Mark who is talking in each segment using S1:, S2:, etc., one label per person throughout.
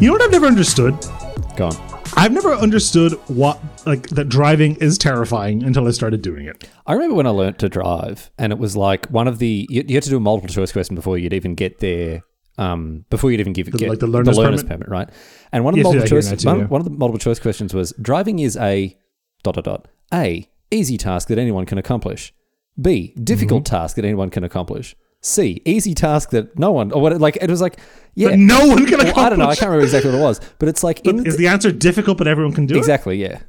S1: You know what I've never understood?
S2: Go on.
S1: I've never understood what like that driving is terrifying until I started doing it.
S2: I remember when I learnt to drive, and it was like one of the you, you had to do a multiple choice question before you'd even get there. Um, before you'd even give get
S1: like the learner's
S2: permit? right? And one of
S1: Yes,
S2: the
S1: yeah,
S2: multiple
S1: I hear
S2: choice
S1: that too,
S2: one,
S1: yeah.
S2: one of the multiple choice questions was driving is a dot dot dot a easy task that anyone can accomplish. B difficult
S1: Mm-hmm.
S2: task that anyone can accomplish. C easy task that no one or what like it was like yeah
S1: But no one can accomplish.
S2: Well, I don't know I can't remember exactly what it was but it's like in
S1: Is the answer difficult, but everyone can do
S2: exactly yeah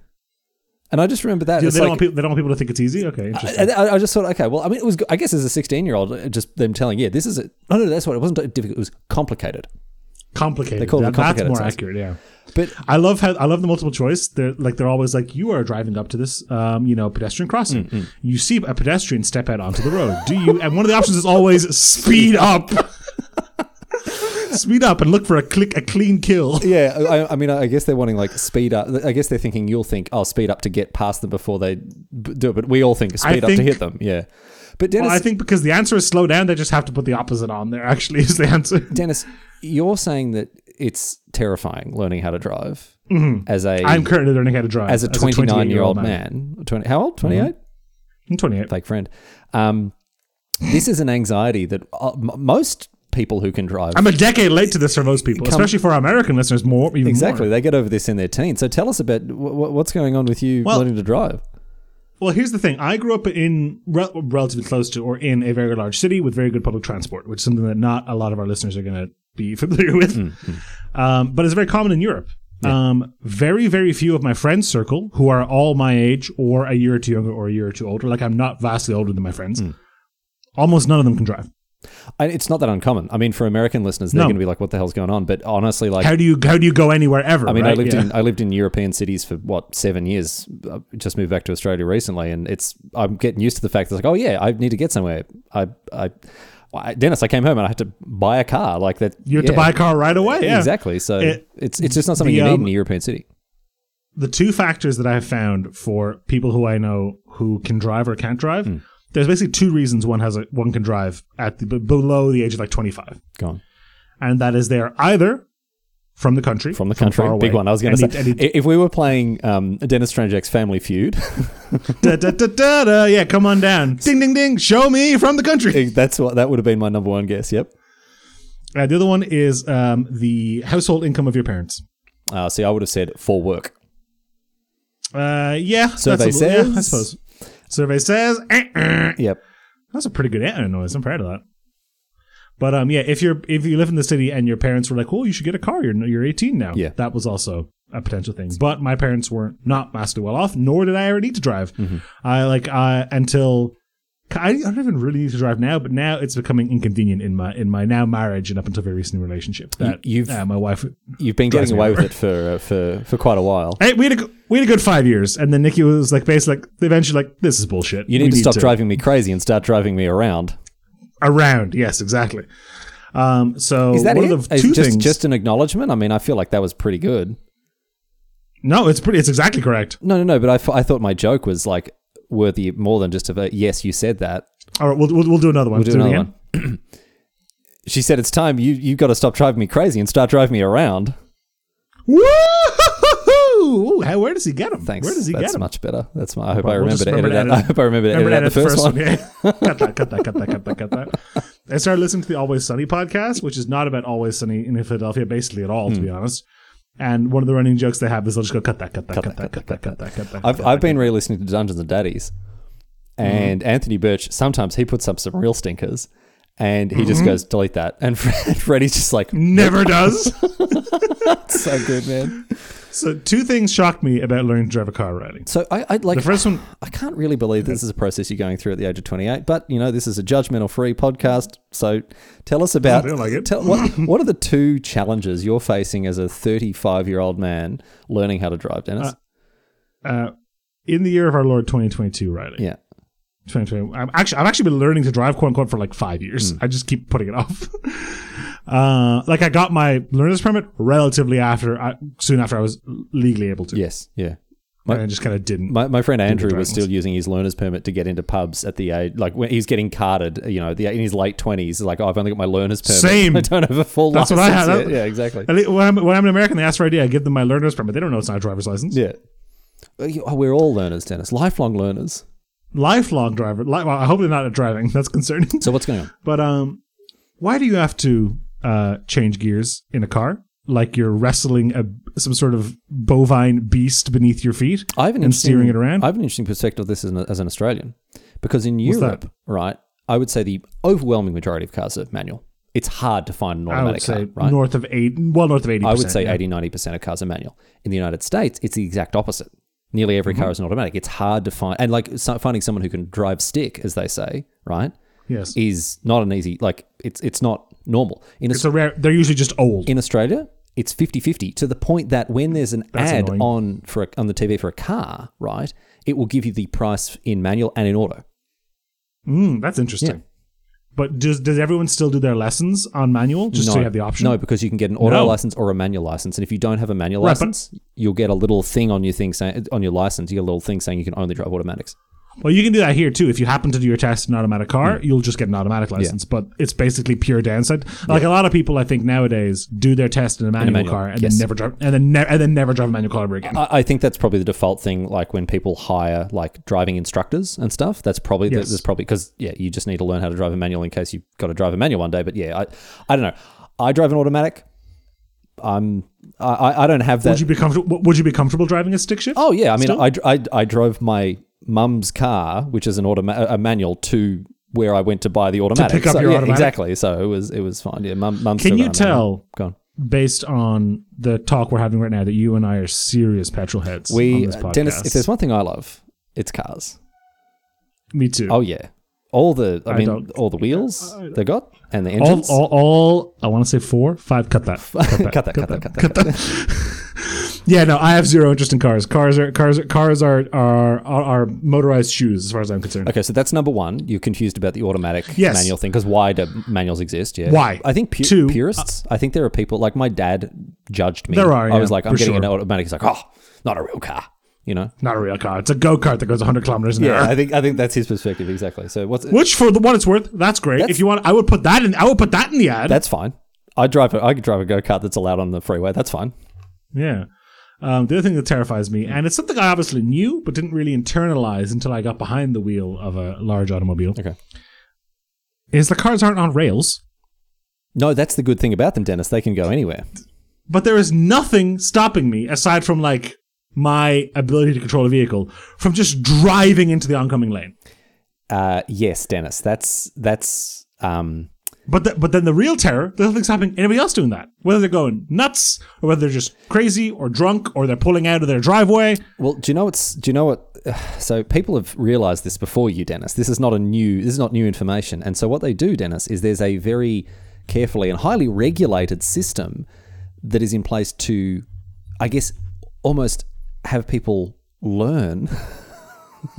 S2: and I just remember that
S1: it? Yeah,
S2: it's
S1: they, don't
S2: like,
S1: want people, they don't want people to think it's easy. Okay, interesting.
S2: I, I- I just thought, okay, well, I mean, it was. I guess as a sixteen-year-old, uh, just them telling, yeah, this is. A, oh no, that's what it wasn't difficult. It was complicated.
S1: complicated.
S2: they call them
S1: That- that's
S2: complicated
S1: more
S2: signs.
S1: accurate. Yeah.
S2: But
S1: I love how I love the multiple choice. They're like they're always like you are driving up to this, um, you know, pedestrian crossing.
S2: Mm-hmm.
S1: You see a pedestrian step out onto the road. Do you? And one of the options is always speed up, speed up, and look for a click a clean kill.
S2: yeah, I, I mean, I guess they're wanting like speed up. I guess they're thinking you'll think, oh, speed up to get past them before they b- do it. But we all think speed up to
S1: think-
S2: hit them. Yeah. But Dennis,
S1: Well, I think because the answer is slow down, they just have to put the opposite on there. Actually, is the answer.
S2: Dennis, you're saying that it's terrifying learning how to drive as a
S1: I'm currently learning how to drive
S2: as a twenty-nine-year-old man. Twenty? How old? 28
S1: I'm 28.
S2: fake friend. Um, this is an anxiety that uh, m- most people who can drive
S1: I'm a decade late to this for most people, especially for our American listeners. More even more.
S2: Exactly. They get over this in their teens. So tell us about w- what's going on with you
S1: Well-
S2: learning to drive.
S1: Well, here's the thing. I grew up in rel- relatively close to or in a very large city with very good public transport, which is something that not a lot of our listeners are going to be familiar with.
S2: Mm,
S1: Um, but it's very common in Europe. Um, very, very few of my friends' circle who are all my age or a year or two younger or a year or two older. Like I'm not vastly older than my friends.
S2: Mm.
S1: Almost none of them can drive.
S2: And it's not that uncommon. I mean, for American listeners, they're
S1: No.
S2: going to be like, "What the hell's going on?" But honestly, like,
S1: How do you how do you go anywhere ever?
S2: I mean, I lived
S1: yeah.
S2: in I lived in European cities for what seven years. I just moved back to Australia recently, and it's I'm getting used to the fact that it's like, oh yeah, I need to get somewhere. I I, I Dennis, I came home and I had to buy a car like that.
S1: you have to
S2: yeah.
S1: buy a car right away. Yeah.
S2: Exactly. So
S1: It-
S2: it's it's just not something
S1: the,
S2: you need
S1: um,
S2: in a European city.
S1: the two factors that I have found for people who I know who can drive or can't drive,
S2: Hmm.
S1: there's basically two reasons one has a, one can drive at the, b- below the age of like 25,
S2: Go on.
S1: and that is they are either from the country,
S2: From the country,
S1: far
S2: big
S1: away,
S2: one. I was going to
S1: and
S2: say,
S1: it- and it-
S2: i- if we were playing um, Dennis Stranjak's Family Feud,
S1: da, da, da, da, da, yeah, come on down, ding ding ding, show me from the country.
S2: that's what that would have been my number one guess. Yep.
S1: Uh, the other one is um, the household income of your parents.
S2: Uh, see, I would have said for work.
S1: Uh, yeah,
S2: Survey
S1: that's a, little- yeah, I
S2: says-
S1: suppose. Survey says, eh, eh.
S2: Yep.
S1: That's a pretty good uh noise. I'm proud of that. But um, yeah, if you're if you live in the city and your parents were like, "Well, you should get a car. You're you're 18 now."
S2: Yeah.
S1: that was also a potential thing. But my parents were not massively well off, nor did I ever need to drive.
S2: Mm-hmm.
S1: I like I until I I don't even really need to drive now, but now it's becoming inconvenient in my in my now marriage and up until very recent relationship that
S2: You- you've-
S1: uh, my wife.
S2: You've been
S1: Drives
S2: getting
S1: me
S2: away with
S1: over.
S2: it for uh, for for quite a while.
S1: Hey, we had a g- we had a good five years, and then Nikki was like basically like eventually like this is bullshit.
S2: You need to stop driving me crazy and start driving me around.
S1: around. Yes, exactly. Um, so
S2: Is that
S1: one
S2: it?
S1: of the
S2: Is
S1: two
S2: just
S1: things.
S2: just an acknowledgement. I mean, I feel like that was pretty good.
S1: No, it's pretty. It's exactly correct.
S2: No, no, no. But I, f- I thought my joke was like worthy more than just of a yes. You said that.
S1: All right, we'll we'll, we'll do another one.
S2: We'll do
S1: it
S2: another
S1: again.
S2: one. she said it's time you you got to stop driving me crazy and start driving me around.
S1: Woo! How, where does he get him?
S2: Thanks.
S1: Where does he
S2: That's
S1: get him?
S2: much better. That's my. I hope I
S1: We'll
S2: remember
S1: just
S2: to edit out. I hope I remember to edit out the first one.
S1: Yeah. cut that. Cut that. Cut that. Cut that. Cut that. I started listening to the Always Sunny podcast, which is not about Always Sunny in Philadelphia, basically at all, to
S2: Hmm.
S1: be honest. And one of the running jokes they have is they'll just go cut that, cut that, cut that, cut that, cut that, cut that.
S2: I've, I've been re listening to Dungeons and Daddies, and
S1: Mm-hmm.
S2: Anthony Birch sometimes he puts up some real stinkers, and he
S1: Mm-hmm.
S2: just goes delete that, and Fred, Freddie's just like
S1: never does.
S2: "That's so good, man.
S1: so two things shocked me about learning to drive a car riding.
S2: So I I'd like
S1: The first one,
S2: I can't really believe this is a process you're going through at the age of 28, but you know this is a judgmental free podcast, so tell us about
S1: feel like it.
S2: Tell, what what are the two challenges you're facing as a 35 year old man learning how to drive, Dennis?
S1: uh, in the year of our Lord 2022 riding.
S2: yeah.
S1: 2020. I'm actually I've actually been learning to drive quote unquote for like five years.
S2: Hmm.
S1: I just keep putting it off. uh, like I uh, got my learner's permit relatively after I, soon after I was legally able to.
S2: Yes. Yeah.
S1: and I just kind of didn't.
S2: My, my friend Andrew was
S1: driving
S2: still using his learner's permit to get into pubs at the age, like when he's getting carded, you know, the, in his late 20s. Like, oh, I've only got my learner's permit.
S1: Same.
S2: I don't have a full
S1: That's what I
S2: license.
S1: had.
S2: yet.
S1: That-
S2: Yeah, exactly.
S1: At least when, I'm, when I'm an American, they ask for ID. I give them my learner's permit. They don't know it's not a driver's license.
S2: Yeah. Oh, we're all learners, Dennis. Lifelong learners.
S1: Lifelong driver. Li- well, I hope they're not at driving. That's concerning.
S2: So what's going on?
S1: But um, why do you have to uh, change gears in a car? Like you're wrestling a, some sort of bovine beast beneath your feet
S2: I have an
S1: and
S2: interesting-
S1: steering it around?
S2: I have an interesting perspective of this as an, as an Australian, because in
S1: that?
S2: Europe, right, I would say the overwhelming majority of cars are manual. It's hard to find an
S1: I
S2: automatic
S1: would say
S2: car, right?
S1: north of eight, well north of eighty.
S2: I would say 80, 90% of cars are manual. In the United States, it's the exact opposite. Nearly every
S1: Mm-hmm.
S2: car is an automatic. It's hard to find, and like so- finding someone who can drive stick, as they say, right,
S1: yes,
S2: is not an easy. Like it's it's not normal. In
S1: it's a rare. They're usually just old.
S2: in Australia, it's 50-50 to the point that when there's an ad
S1: annoying.
S2: on for a, on the TV for a car, right, it will give you the price in manual and in auto.
S1: Mm, that's interesting. But does does everyone still do their lessons on manual just so you have the option?
S2: No, because you can get an auto
S1: No.
S2: license or a manual license, and if you don't have a manual
S1: Right, but-
S2: license, you'll get a little thing on your thing saying on your license, you get a little thing saying you can only drive automatics.
S1: Well, you can do that here too. If you happen to do your test in an automatic car, you'll just get an automatic license. But it's basically pure downside. Like a lot of people, I think nowadays do their test in a manual,
S2: manual,
S1: car and
S2: yes.
S1: then
S2: Oh.
S1: never drive and then ne- and then never drive a manual car ever again.
S2: I, I think that's probably the default thing. Like when people hire like driving instructors and stuff, that's probably
S1: Yes.
S2: that's probably because yeah, you just need to learn how to drive a manual in case you've got to drive a manual one day. But yeah, I I don't know. I drive an automatic. I'm I- I I don't have that.
S1: would you be comfortable? Would you be comfortable driving a stick shift?
S2: oh yeah, I mean I, dr- I I drove my mum's car, which is an automa- a manual to where I went to buy the automatic.
S1: pick up
S2: So,
S1: your
S2: yeah,
S1: automatic?
S2: exactly. So it was it was fine. Yeah, mum mum's
S1: Can
S2: still
S1: you
S2: got a manual.
S1: tell?
S2: Go on.
S1: Based on the talk we're having right now, that you and I are serious petrol heads. on
S2: We uh,
S1: this podcast.
S2: Dennis, if there's one thing I love, it's cars.
S1: me too.
S2: Oh yeah, all the I, mean
S1: don't-
S2: all the wheels they got and the
S1: all,
S2: engines.
S1: all, all, I want to say four, five. Cut that. Cut that.
S2: cut that, cut that, cut that. Cut that.
S1: Yeah, no, I have zero interest in cars. Cars are cars. are- Cars are are are, are motorized shoes, as far as I'm concerned.
S2: Okay, so that's number one. You're confused about the automatic
S1: Yes.
S2: manual thing because why do manuals exist? Yeah,
S1: Why? uh,
S2: I think pu-
S1: Two,
S2: purists. I think there are people like my dad judged me.
S1: There are,
S2: I was
S1: yeah,
S2: like, I'm
S1: for
S2: getting an
S1: sure.
S2: automatic. He's like, oh, not a real car. You know.
S1: Not a real car. It's a go kart that goes 100 kilometers an hour.
S2: I think I think that's his perspective exactly. So what's
S1: Which, for the what it's worth, that's great. if you want, I would put that in. I would put that in the ad.
S2: that's fine. I drive a I could drive a go kart that's allowed on the freeway. That's fine.
S1: yeah. Um, the other thing that terrifies me, and it's something I obviously knew but didn't really internalize until I got behind the wheel of a large automobile,
S2: Okay.
S1: is the cars aren't on rails.
S2: No, that's the good thing about them, Dennis. They can go anywhere.
S1: but there is nothing stopping me aside from like my ability to control a vehicle from just driving into the oncoming lane.
S2: Uh, yes, Dennis. That's that's um,
S1: But th- but then the real terror, there's nothing stopping anybody else doing that. Whether they're going nuts or whether they're just crazy or drunk or they're pulling out of their driveway.
S2: Well, do you know what's? Do you know what? So people have realised this before you, Dennis. This is not a new. This is not new information. And so what they do, Dennis, is there's a very carefully and highly regulated system that is in place to, I guess, almost have people learn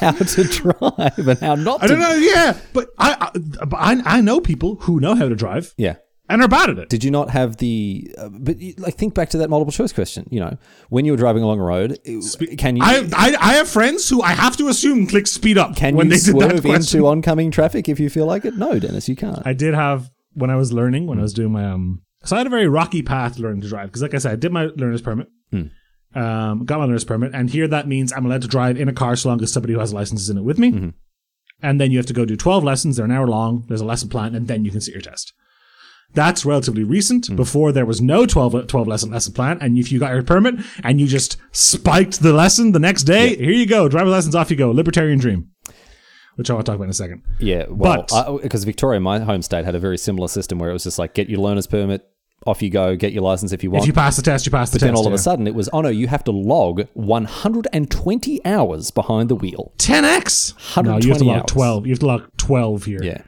S2: how to drive and how not
S1: I
S2: to.
S1: don't know. Yeah, but I I, but I I know people who know how to drive
S2: Yeah.
S1: and are bad at it.
S2: Did you not have the? Uh, but you- like, think back to that multiple choice question. You know, when you were driving along a road, it- can you?
S1: I, I I have friends who I have to assume click speed up
S2: Can
S1: when
S2: you
S1: they did that
S2: swerve
S1: question.
S2: into oncoming traffic if you feel like it? No, Dennis, you can't.
S1: I did have when I was learning,
S2: Hmm.
S1: when I was doing my um. So I had a very rocky path learning to drive because, like I said, I did my learner's permit,
S2: Hmm.
S1: um, got my learner's permit, and here that means I'm allowed to drive in a car so long as somebody who has a license is in it with
S2: Mm-hmm.
S1: me. And then you have to go do 12 lessons; they're an hour long. There's a lesson plan, and then you can sit your test. That's relatively recent.
S2: Hmm.
S1: Before there was no 12, le- 12 lesson lesson plan, and if you got your permit and you just spiked the lesson the next day, here you go, driver license off you go, libertarian dream, which I want to talk about in a second.
S2: yeah, well,
S1: But-
S2: because Victoria, my home state, had a very similar system where it was just like get your learner's permit, off you go, get your license if you want.
S1: If you pass the test, you pass the test.
S2: then all of
S1: yeah.
S2: a sudden it was, oh no, you have to log 120 hours behind the wheel.
S1: 10x. No, you have to
S2: 120
S1: log
S2: hours.
S1: 12. You have to log 12 here.
S2: Yeah.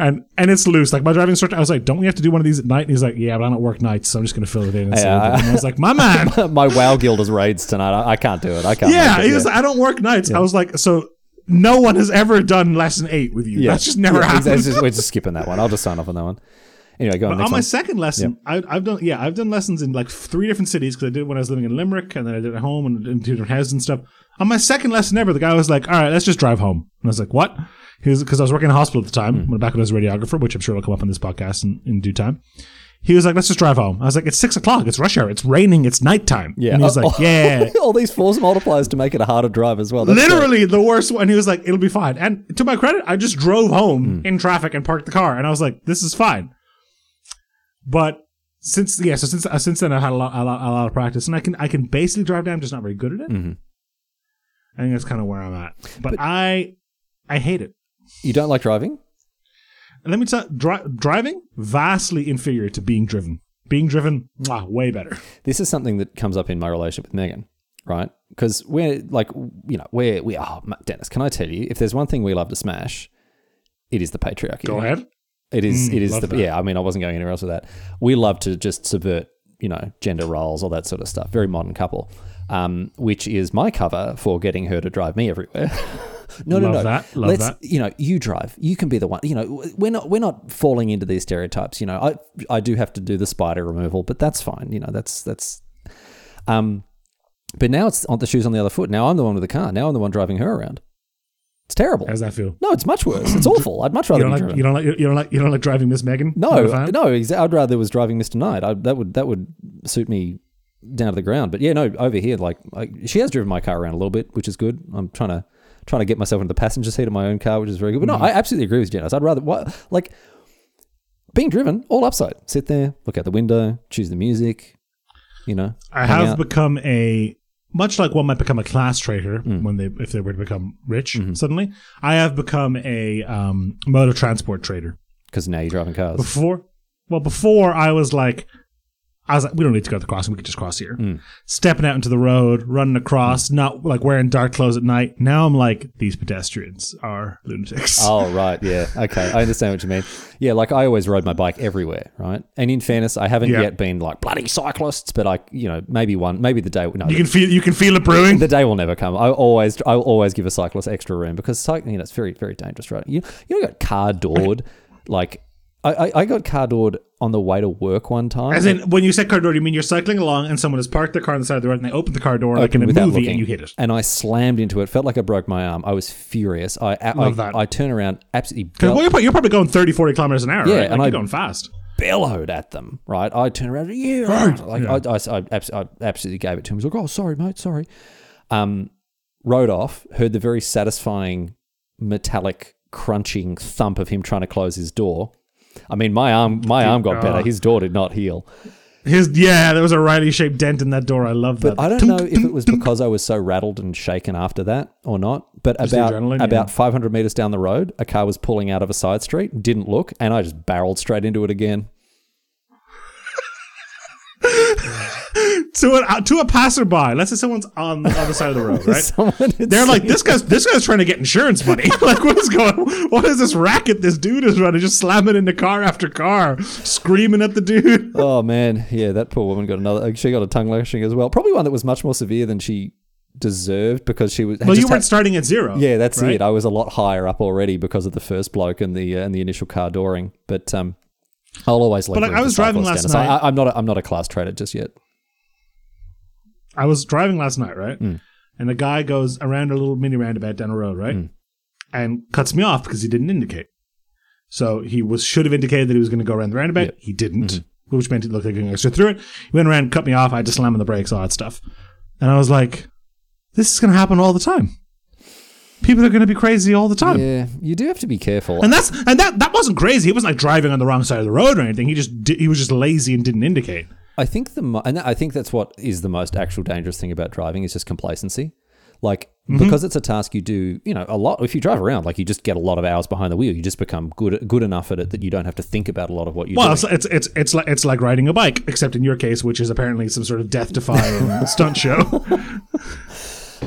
S1: And and it's loose. Like my driving instructor, I was like, "Don't we have to do one of these at night?" And he's like, "Yeah, but I don't work nights, so I'm just going to fill it in." And, yeah, and I was like, "My man,
S2: my WoW guild is raids tonight. I, I can't do it. I can't.
S1: yeah."
S2: make it.
S1: He was like, "I don't work nights." I was like, "So no one has ever done lesson eight with you. That's just never
S2: Yeah,
S1: happened."
S2: exactly. It's just- we're just skipping that one. I'll just sign off on that one. Anyway, go on.
S1: But
S2: Next
S1: on my
S2: one.
S1: second lesson, I, I've done yeah, I've done lessons in like three different cities because I did it when I was living in Limerick, and then I did it at home and in two different houses and stuff. On my second lesson ever, the guy was like, "All right, let's just drive home," and I was like, "What?" Because I was working in a hospital at the
S2: Hmm.
S1: time, when back when I was a radiographer, which I'm sure will come up on this podcast in, in due time. He was like, "Let's just drive home." I was like, "It's six o'clock. It's rush hour. It's raining. It's nighttime."
S2: yeah.
S1: and he was
S2: Oh,
S1: like,
S2: oh.
S1: "Yeah."
S2: All these force multipliers to make it a harder drive as well. That's
S1: Literally the worst one. He was like, "It'll be fine." And to my credit, I just drove home
S2: Hmm.
S1: in traffic and parked the car, and I was like, "This is fine." But since yeah, so since uh, since then, I had a lot, a lot, a lot of practice, and I can I can basically drive down. I'm just not very good at it.
S2: Mm-hmm.
S1: I think that's kind of where I'm at. But, I I hate it.
S2: You don't like driving?
S1: And let me tell dri- driving vastly inferior to being driven. Being driven, mwah, way better.
S2: this is something that comes up in my relationship with Megan, right? Because we're like, you know, we're we are. Oh, Dennis, can I tell you if there's one thing we love to smash, it is the patriarchy.
S1: Go ahead.
S2: It is.
S1: Mm,
S2: it is
S1: love
S2: the.
S1: that.
S2: Yeah, I mean, I wasn't going anywhere else with that. We love to just subvert, you know, gender roles, all that sort of stuff. Very modern couple, um, which is my cover for getting her to drive me everywhere. no, no,
S1: Love
S2: no.
S1: that, love
S2: Let's.
S1: that.
S2: You know, you drive. You can be the one. You know, we're not. We're not falling into these stereotypes. You know, I. I do have to do the spider removal, but that's fine. You know, that's that's. Um, but now it's on the shoes on the other foot. Now I'm the one with the car. Now I'm the one driving her around. It's terrible.
S1: How does that feel?
S2: No, it's much worse. It's awful. I'd much rather
S1: You don't
S2: be
S1: like
S2: driven.
S1: you don't like you don't like you don't like driving Miss Megan. Not
S2: No,
S1: a fan?
S2: no. Exa- I'd rather it was driving Mr. Knight. I, that would that would suit me down to the ground. But yeah, no. Over here, like I, she has driven my car around a little bit, which is good. I'm trying to trying to get myself into the passenger seat of my own car, which is very good. But no, I absolutely agree with Janice. I'd rather what like being driven all upside. Sit there, look out the window, choose the music. You know,
S1: I
S2: hang
S1: have
S2: out.
S1: become a much like one might become a class traitor
S2: Mm.
S1: when they if they were to become rich
S2: Mm-hmm.
S1: suddenly. I have become a um, mode of transport trader.
S2: because now you're driving cars.
S1: Before, well, before I was like, I was like, we don't need to go to the crossing. We could just cross here.
S2: Mm.
S1: Stepping out into the road, running across, not like wearing dark clothes at night. Now I'm like, these pedestrians are lunatics.
S2: Oh right, yeah, okay, I understand what you mean. Yeah, like I always rode my bike everywhere, right? And in fairness, I haven't
S1: Yeah.
S2: yet been like bloody cyclists, but I, you know, maybe one, maybe the day. No,
S1: you
S2: the,
S1: can feel you can feel it brewing.
S2: the day will never come. I always, I will always give a cyclist extra room because cycling, you know, it's very, very dangerous, right? You, you know, I got car doored. Like, I, I, I got car doored on the way to work one time.
S1: As in, when you say car door, you mean you're cycling along and someone has parked their car on the side of the road and they open the car
S2: Oh,
S1: door like in a movie
S2: without
S1: and
S2: looking.
S1: you hit it.
S2: and I slammed into it. Felt like I broke my arm. I was furious. I, I,
S1: Love
S2: I,
S1: that.
S2: I turn around, absolutely.
S1: Because
S2: belt-
S1: you're, pro- you're probably going 30, 40 kilometers an hour.
S2: Yeah,
S1: right?
S2: and
S1: Like,
S2: I-
S1: you're going fast.
S2: bellowed at them, right? I turned around, yeah, like I, I, I, abs- I absolutely gave it to him. He's like, oh, sorry, mate, sorry. Um, rode off, heard the very satisfying metallic crunching thump of him trying to close his door. I mean, my arm, my arm got better. His door did not heal.
S1: His yeah, there was a Riley shaped dent in that door. I love that.
S2: I don't know if it was because I was so rattled and shaken after that or not. But
S1: the
S2: about
S1: adrenaline,
S2: about 500 meters down the road, a car was pulling out of a side street. Didn't look, and I just barreled straight into it again.
S1: to a uh, to a passerby. Let's say someone's on the other side of the road, right?
S2: Someone had
S1: They're like this guy's this guy's trying to get insurance money. like what is going? What is this racket this dude is running? Just slamming into car after car, screaming at the dude.
S2: Oh man, yeah, that poor woman got another. She got a tongue lashing as well. Probably one that was much more severe than she deserved because she was.
S1: Well,
S2: just
S1: you weren't
S2: had-
S1: starting at zero.
S2: yeah, that's
S1: right?
S2: it. I was a lot higher up already because of the first bloke and the uh, and the initial car dooring. But um, I'll always. But
S1: like, I was driving last night-
S2: I, I'm not. A, I'm not a class trader just yet.
S1: I was driving last night, right? And the guy goes around a little mini roundabout down a road, right? And cuts me off because he didn't indicate. So he was should have indicated that he was going to go around the roundabout. He didn't, which meant it looked like he was going to go straight through it. He went around, cut me off. I had to slam on the brakes, all that stuff. And I was like, this is going to happen all the time. People are going to be crazy all the time.
S2: Yeah, you do have to be careful.
S1: And that's and that that wasn't crazy. It wasn't like driving on the wrong side of the road or anything. He just di- he was just lazy and didn't indicate.
S2: I think the mo- and I think that's what is the most actual dangerous thing about driving is just complacency. Like
S1: Mm-hmm.
S2: because it's a task you do, you know, a lot. If you drive around, like you just get a lot of hours behind the wheel. You just become good good enough at it that you don't have to think about a lot of what you
S1: Well,
S2: do.
S1: it's, it's it's it's like it's like riding a bike, except in your case, which is apparently some sort of death-defying stunt show.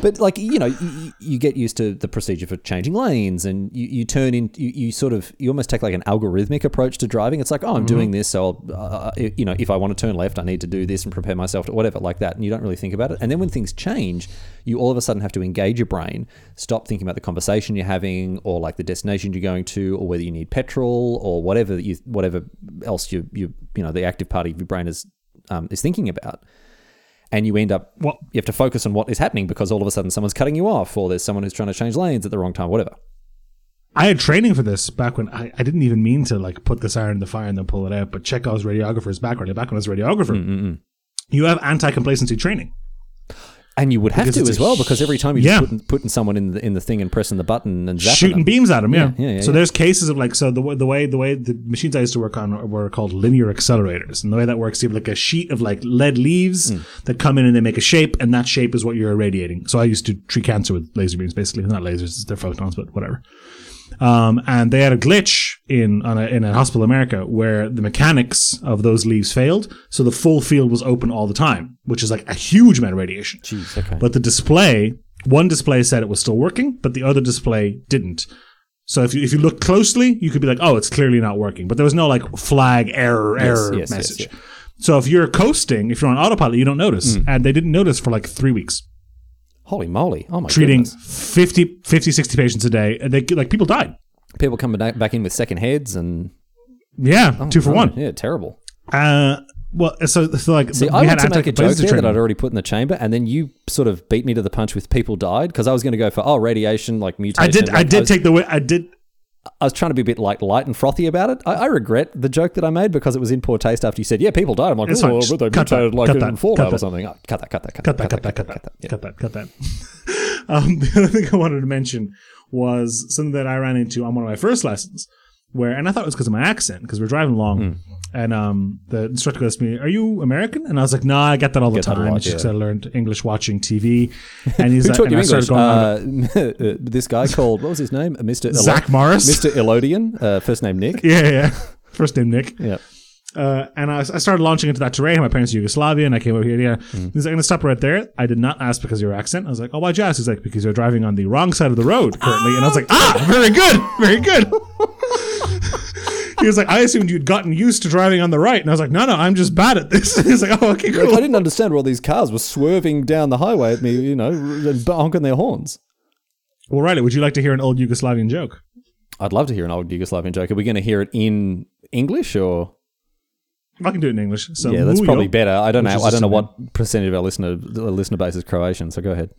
S2: But like you know, you, you get used to the procedure for changing lanes, and you, you turn in, you, you sort of, you almost take like an algorithmic approach to driving. It's like, oh, I'm doing this, so I'll, uh, you know, if I want to turn left, I need to do this and prepare myself to whatever, like that. And you don't really think about it. And then when things change, you all of a sudden have to engage your brain, stop thinking about the conversation you're having, or like the destination you're going to, or whether you need petrol or whatever that you, whatever else you, you, you know, the active part of your brain is um, is thinking about and you end up
S1: Well-
S2: you have to focus on what is happening because all of a sudden someone's cutting you off or there's someone who's trying to change lanes at the wrong time whatever
S1: I had training for this back when I, I didn't even mean to like put this iron in the fire and then pull it out, but Chekhov's radiographer's background, back when I was a radiographer, you have anti complacency training.
S2: and you would have
S1: Because
S2: to
S1: it's a
S2: as well because every time you're
S1: Yeah.
S2: just putting, putting someone in the, in the thing and pressing the button and zapping
S1: shooting
S2: them.
S1: beams at him. Yeah.
S2: yeah, yeah,
S1: so
S2: yeah.
S1: there's cases of like so the wa- the way the way the machines I used to work on were called linear accelerators, and the way that works, you have like a sheet of like lead leaves
S2: Hmm.
S1: that come in and they make a shape, and that shape is what you're irradiating. So I used to treat cancer with laser beams, basically not lasers, they're photons, but whatever. Um, and they had a glitch in on a, in a hospital in America where the mechanics of those leaves failed, so the full field was open all the time, which is like a huge amount of radiation.
S2: Jeez, okay.
S1: But the display, one display said it was still working, but the other display didn't. So if you if you look closely, you could be like, oh, it's clearly not working. But there was no like flag error error
S2: yes, yes,
S1: message.
S2: yeah. Mm.
S1: So if you're coasting, if you're on autopilot, you don't notice, and they didn't notice for like three weeks.
S2: holy moly oh my
S1: Treating
S2: goodness.
S1: 50, 50, 60 patients a day, and they like people died.
S2: people coming back back in with second heads and
S1: Yeah, two for
S2: Oh,
S1: one.
S2: yeah terrible
S1: Uh, well, so, so like
S2: See, I want to make a joke
S1: anti-complacency
S2: there that
S1: training.
S2: I'd already put in the chamber, and then you sort of beat me to the punch with people died because I was going to go for oh radiation like mutation.
S1: I did.
S2: like,
S1: I did
S2: was-
S1: take the. wi- I did.
S2: I was trying to be a bit like light and frothy about it. I, I regret the joke that I made because it was in poor taste after you said, yeah, people died. I'm like,
S1: It's fine.
S2: oh,
S1: Just
S2: but they
S1: cut that.
S2: mutated like
S1: Cut
S2: in
S1: that.
S2: Fallout
S1: Cut
S2: or
S1: that.
S2: something. Oh, cut that, cut that, cut,
S1: cut that, cut that, cut that,
S2: Yeah.
S1: cut that, cut that. Um, the other thing I wanted to mention was something that I ran into on one of my first lessons, where and I thought it was because of my accent, because we're driving along,
S2: Hmm.
S1: and um, the instructor goes to me, "Are you American?" And I was like, "No, I get that all the
S2: that a
S1: time.
S2: lot,
S1: it's just
S2: yeah.
S1: I learned English watching TV." And he's
S2: Who
S1: like,
S2: taught
S1: and
S2: you
S1: I started
S2: English?
S1: going on
S2: Uh, this guy called, what was his name? Mr. Elo-
S1: Zach Morris.
S2: Mr. Elodian, uh, first name Nick.
S1: yeah, yeah, yeah. First name Nick.
S2: Yeah.
S1: Uh, and I, I started launching into that terrain. My parents are Yugoslavia, and I came over here. Yeah,
S2: Mm.
S1: he's like, "I'm gonna stop right there." I did not ask because of your accent. I was like, "Oh, why'd you ask?" He's like, "Because you're driving on the wrong side of the road currently." And I was like, "Ah, very good, very good." he was like, "I assumed you'd gotten used to driving on the right," and I was like, "No, no, I'm just bad at this." he's like, "Oh, okay,
S2: I
S1: cool."
S2: didn't understand where all these cars were swerving down the highway at me, you know, and honking their horns.
S1: Well, Riley, would you like to hear an old Yugoslavian joke?
S2: I'd love to hear an old Yugoslavian joke. Are we going to hear it in English or?
S1: I can do it in English. So
S2: Yeah, that's
S1: "Mujo."
S2: probably better. I don't know.
S1: is
S2: I don't know
S1: just
S2: what percentage of our listener the listener base is Croatian. So go ahead.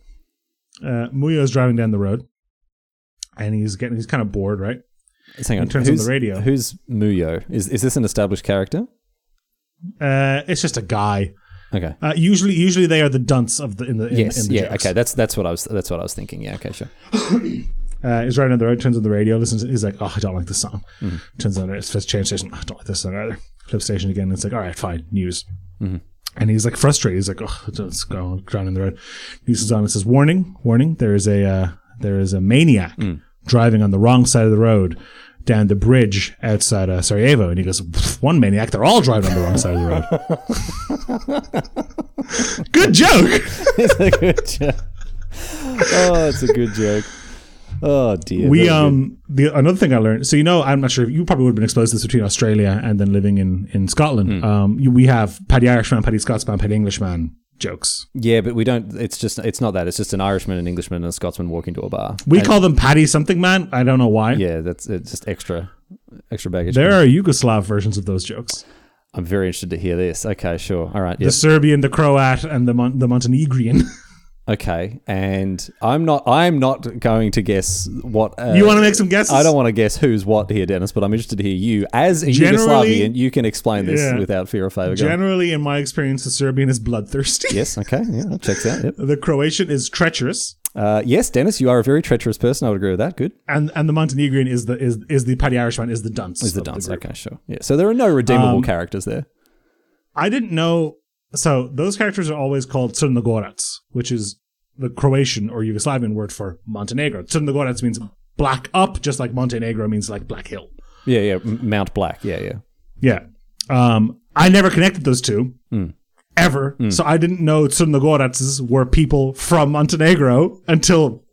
S1: Uh, Muyo is driving down the road, and he's getting he's kind of bored, right?
S2: Just Hang on.
S1: turns on the
S2: who's,
S1: radio.
S2: Who's Muyo? Is is this an established character?
S1: Uh, it's just a guy.
S2: Okay.
S1: Uh, usually, usually they are the dunce of the in the in,
S2: Yes.
S1: in the
S2: yeah.
S1: jokes.
S2: Okay. That's that's what I was that's what I was thinking. Yeah. Okay. Sure.
S1: Uh, he's riding on the road, turns on the radio, listens. He's like, "Oh, I don't like this song."
S2: Mm-hmm.
S1: Turns on it's it's change station. "Oh, I don't like this song either. Flip station again. It's like, all right, fine, news.
S2: Mm-hmm.
S1: And he's like frustrated. He's like, "Oh, it's going drowning the road." News is on. It says, "Warning, warning! There is a uh, there is a maniac
S2: Mm.
S1: driving on the wrong side of the road." Down the bridge outside uh, Sarajevo, and he goes, "One maniac! They're all driving on the wrong side of the road." Good joke.
S2: it's a good joke. Oh, it's a good joke. Oh dear.
S1: we
S2: Very good.
S1: um the another thing I learned. So you know, I'm not sure if you probably would have been exposed to this between Australia and then living in in Scotland.
S2: Hmm.
S1: Um, you, we have Paddy Irishman, Paddy Scotsman, Paddy Englishman jokes.
S2: yeah, but we don't. It's just it's not that. It's just an Irishman, an Englishman, and a Scotsman walk into a bar.
S1: We call them Paddy something man. I don't know why.
S2: Yeah. That's it's just extra extra baggage.
S1: There are Yugoslav versions of those jokes.
S2: I'm very interested to hear this. Okay. Sure. All right. Yeah.
S1: The Serbian, the Croat, and the Mon- the Montenegrin.
S2: Okay, and I'm not. I'm not going to guess what. Uh,
S1: You wanna make some guesses?
S2: I don't want to guess who's what here, Dennis. But I'm interested to hear you as a
S1: Generally-
S2: Yugoslavian. You can explain this
S1: Yeah.
S2: without fear or favor. Go on.
S1: Generally, in my experience, the Serbian is bloodthirsty.
S2: yes. Okay. Yeah. That checks out. Yep.
S1: The Croatian is treacherous,
S2: Uh, yes, Dennis, you are a very treacherous person. I would agree with that. Good.
S1: and and the Montenegrin is the is is the Paddy Irishman is the dunce.
S2: Is the
S1: of
S2: dance.
S1: group. Um,
S2: okay. Sure. Yeah. So there are no redeemable characters there.
S1: I didn't know. So those characters are always called Crnogorac, which is the Croatian or Yugoslavian word for Montenegro. Crnogorac means black up, just like Montenegro means like black hill.
S2: Yeah. Yeah. M- Mount Black. Yeah. Yeah. Hmm.
S1: Yeah. Um, I never connected those two. ever. So I didn't know Tsurnogorets were people from Montenegro until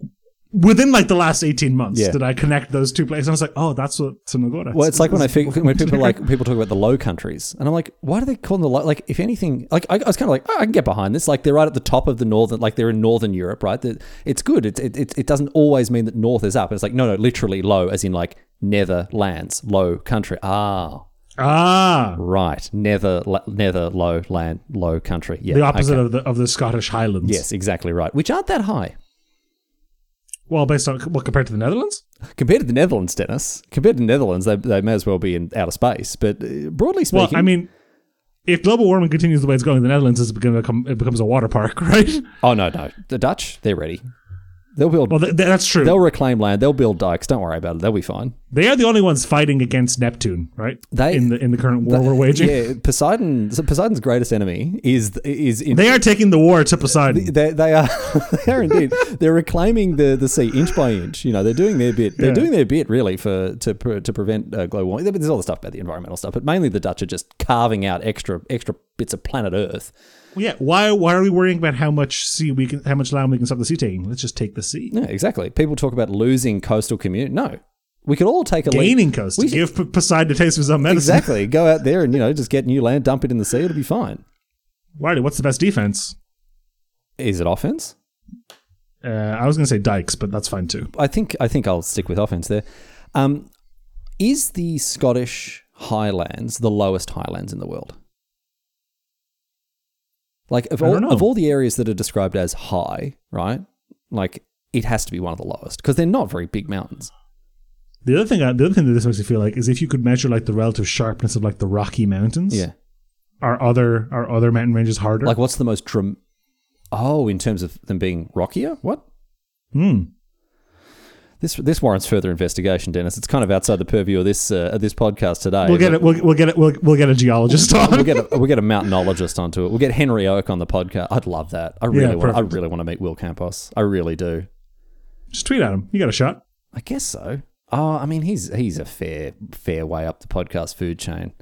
S1: within like the last 18 months
S2: Yeah.
S1: did I connect those two places. And I was like, oh, that's what Tsurnogorets
S2: Well, it's like when I think when people like people talk about the Low Countries, and I'm like, why do they call them the Low? Like, if anything, like I, I was kind of like, oh, I can get behind this. Like, they're right at the top of the northern, like they're in northern Europe, right? That- It's good. It, it it it doesn't always mean that north is up. It's like no, no, literally low, as in like nether lands, low country. Ah,
S1: Ah,
S2: right, nether la- nether low land, low country. Yeah,
S1: the opposite
S2: okay.
S1: of the of the Scottish Highlands.
S2: Yes, exactly right. Which aren't that high
S1: Well, based on well, compared to the Netherlands,
S2: compared to the Netherlands, Dennis. Compared to the Netherlands, they they may as well be in outer space. But uh, broadly
S1: well,
S2: speaking,
S1: I mean, if global warming continues the way it's going, the Netherlands is going to become it becomes a water park, right?
S2: Oh no, no. The Dutch, they're ready. They'll build.
S1: Well, th- th- that's true.
S2: they'll reclaim land. They'll build dikes. Don't worry about it. They'll be fine.
S1: They are the only ones fighting against Neptune, right?
S2: They-
S1: in the in the current war we're waging,
S2: Yeah, Poseidon. So Poseidon's greatest enemy is is in.
S1: they are taking the war to Poseidon.
S2: They, they are, they are indeed. They're reclaiming the, the sea inch by inch. You know, they're doing their bit. They're
S1: Yeah.
S2: doing their bit really for to pre- to prevent uh, global warming. There's all the stuff about the environmental stuff, but mainly the Dutch are just carving out extra extra bits of planet Earth.
S1: yeah, why why are we worrying about how much sea we can, how much land we can stop the sea taking? Let's just take the sea.
S2: Yeah, exactly. People talk about losing coastal community. No, we could all take a leap.
S1: Gaining coast.
S2: We-
S1: Give P- Poseidon a taste of his own medicine.
S2: Exactly. Go out there and you know just get new land, dump it in the sea. It'll be fine.
S1: Wiley, what's the best defense?
S2: Is it offense?
S1: Uh, I was going to say dikes, but that's fine too.
S2: I think I think I'll stick with offense there. Um, is the Scottish Highlands the lowest highlands in the world? Like of
S1: I
S2: all
S1: don't know.
S2: of all the areas that are described as high, right? Like it has to be one of the lowest because they're not very big mountains.
S1: The other thing, I, the other thing that this makes me feel like is if you could measure like the relative sharpness of like the Rocky Mountains,
S2: Yeah.
S1: are other are other mountain ranges harder?
S2: Like what's the most dram? Oh, in terms of them being rockier, what?
S1: Hmm.
S2: This this warrants further investigation, Dennis. It's kind of outside the purview of this uh, of this podcast today.
S1: we'll get
S2: but-
S1: it. We'll, we'll get it. We'll, we'll get a geologist on.
S2: we'll get a, we'll get a mountainologist onto it. We'll get Henry Oak on the podcast. I'd love that. I really
S1: Yeah,
S2: want. I
S1: perfect.
S2: really want to meet Will Campos. I really do.
S1: Just tweet at him. You got a shot.
S2: I guess so. Oh, I mean, he's he's a fair fair way up the podcast food chain.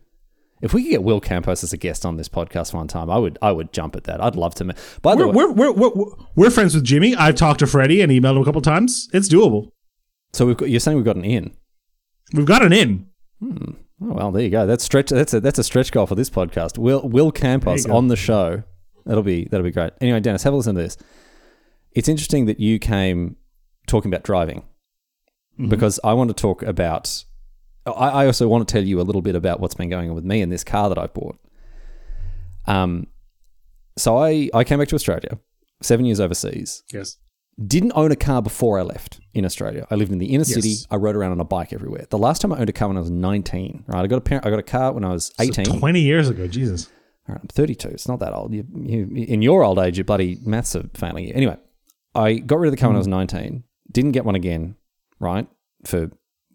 S2: If we could get Will Campos as a guest on this podcast one time, I would I would jump at that. I'd love to. ma- By the
S1: We're,
S2: way,
S1: we're, we're, we're, we're friends with Jimmy. I've talked to Freddie and emailed him a couple times. It's doable.
S2: so we've got, you're saying we've got an in.
S1: We've got an in.
S2: Oh, well, there you go. That's stretch. That's a that's a stretch goal for this podcast. Will Will Campos
S1: There you go.
S2: on the show. That'll be that'll be great. Anyway, Dennis, have a listen to this. It's interesting that you came talking about driving
S1: Mm-hmm.
S2: because I want to talk about. I, I also want to tell you a little bit about what's been going on with me and this car that I bought. Um, so I I came back to Australia, seven years overseas.
S1: Yes.
S2: Didn't own a car before I left in Australia. I lived in the inner city. I rode around on a bike everywhere. The last time I owned a car when I was 19, right? I got a parent, I got a car when I was 18. All
S1: 20 years ago. Jesus.
S2: right, I'm 32. It's not that old. You, you, in your old age, your bloody maths are failing you. Anyway, I got rid of the car when I was 19. Didn't get one again, right? For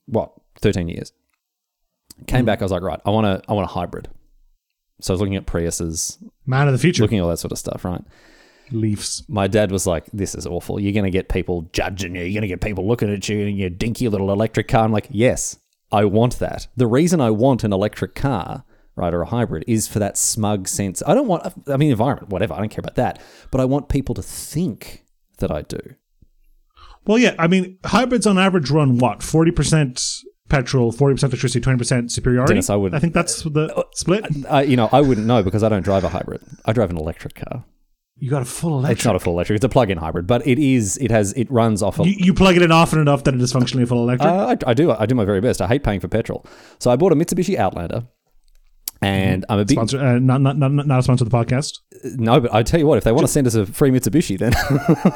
S2: what? 13 years. Came back. I was like, right, I want a, I want a hybrid. So I was looking at Priuses,
S1: Man of the future.
S2: looking at all that sort of stuff, right?
S1: Leafs.
S2: my dad was like, "This is awful. You're going to get people judging you. You're going to get people looking at you in your dinky little electric car." I'm like, "Yes, I want that. The reason I want an electric car, right, or a hybrid, is for that smug sense. I don't want. I mean, environment, whatever. I don't care about that. But I want people to think that I do.
S1: Well, yeah. I mean, hybrids on average run what? 40% petrol, 40% electricity, 20% superiority.
S2: Dennis, I would-
S1: I think that's the split.
S2: I, you know, I wouldn't know because I don't drive a hybrid. I drive an electric car.
S1: You got a full
S2: It's
S1: electric.
S2: not a full electric. It's a plug-in hybrid, but it is. It has. It runs off a
S1: You, you plug it in often enough that it is functionally full electric.
S2: Uh, I, I do. I do my very best. I hate paying for petrol, so I bought a Mitsubishi Outlander, and I'm a big
S1: Sponsor, uh, not, not, not, not a sponsor of the podcast.
S2: no. But I tell you what, if they want to send us a free Mitsubishi, then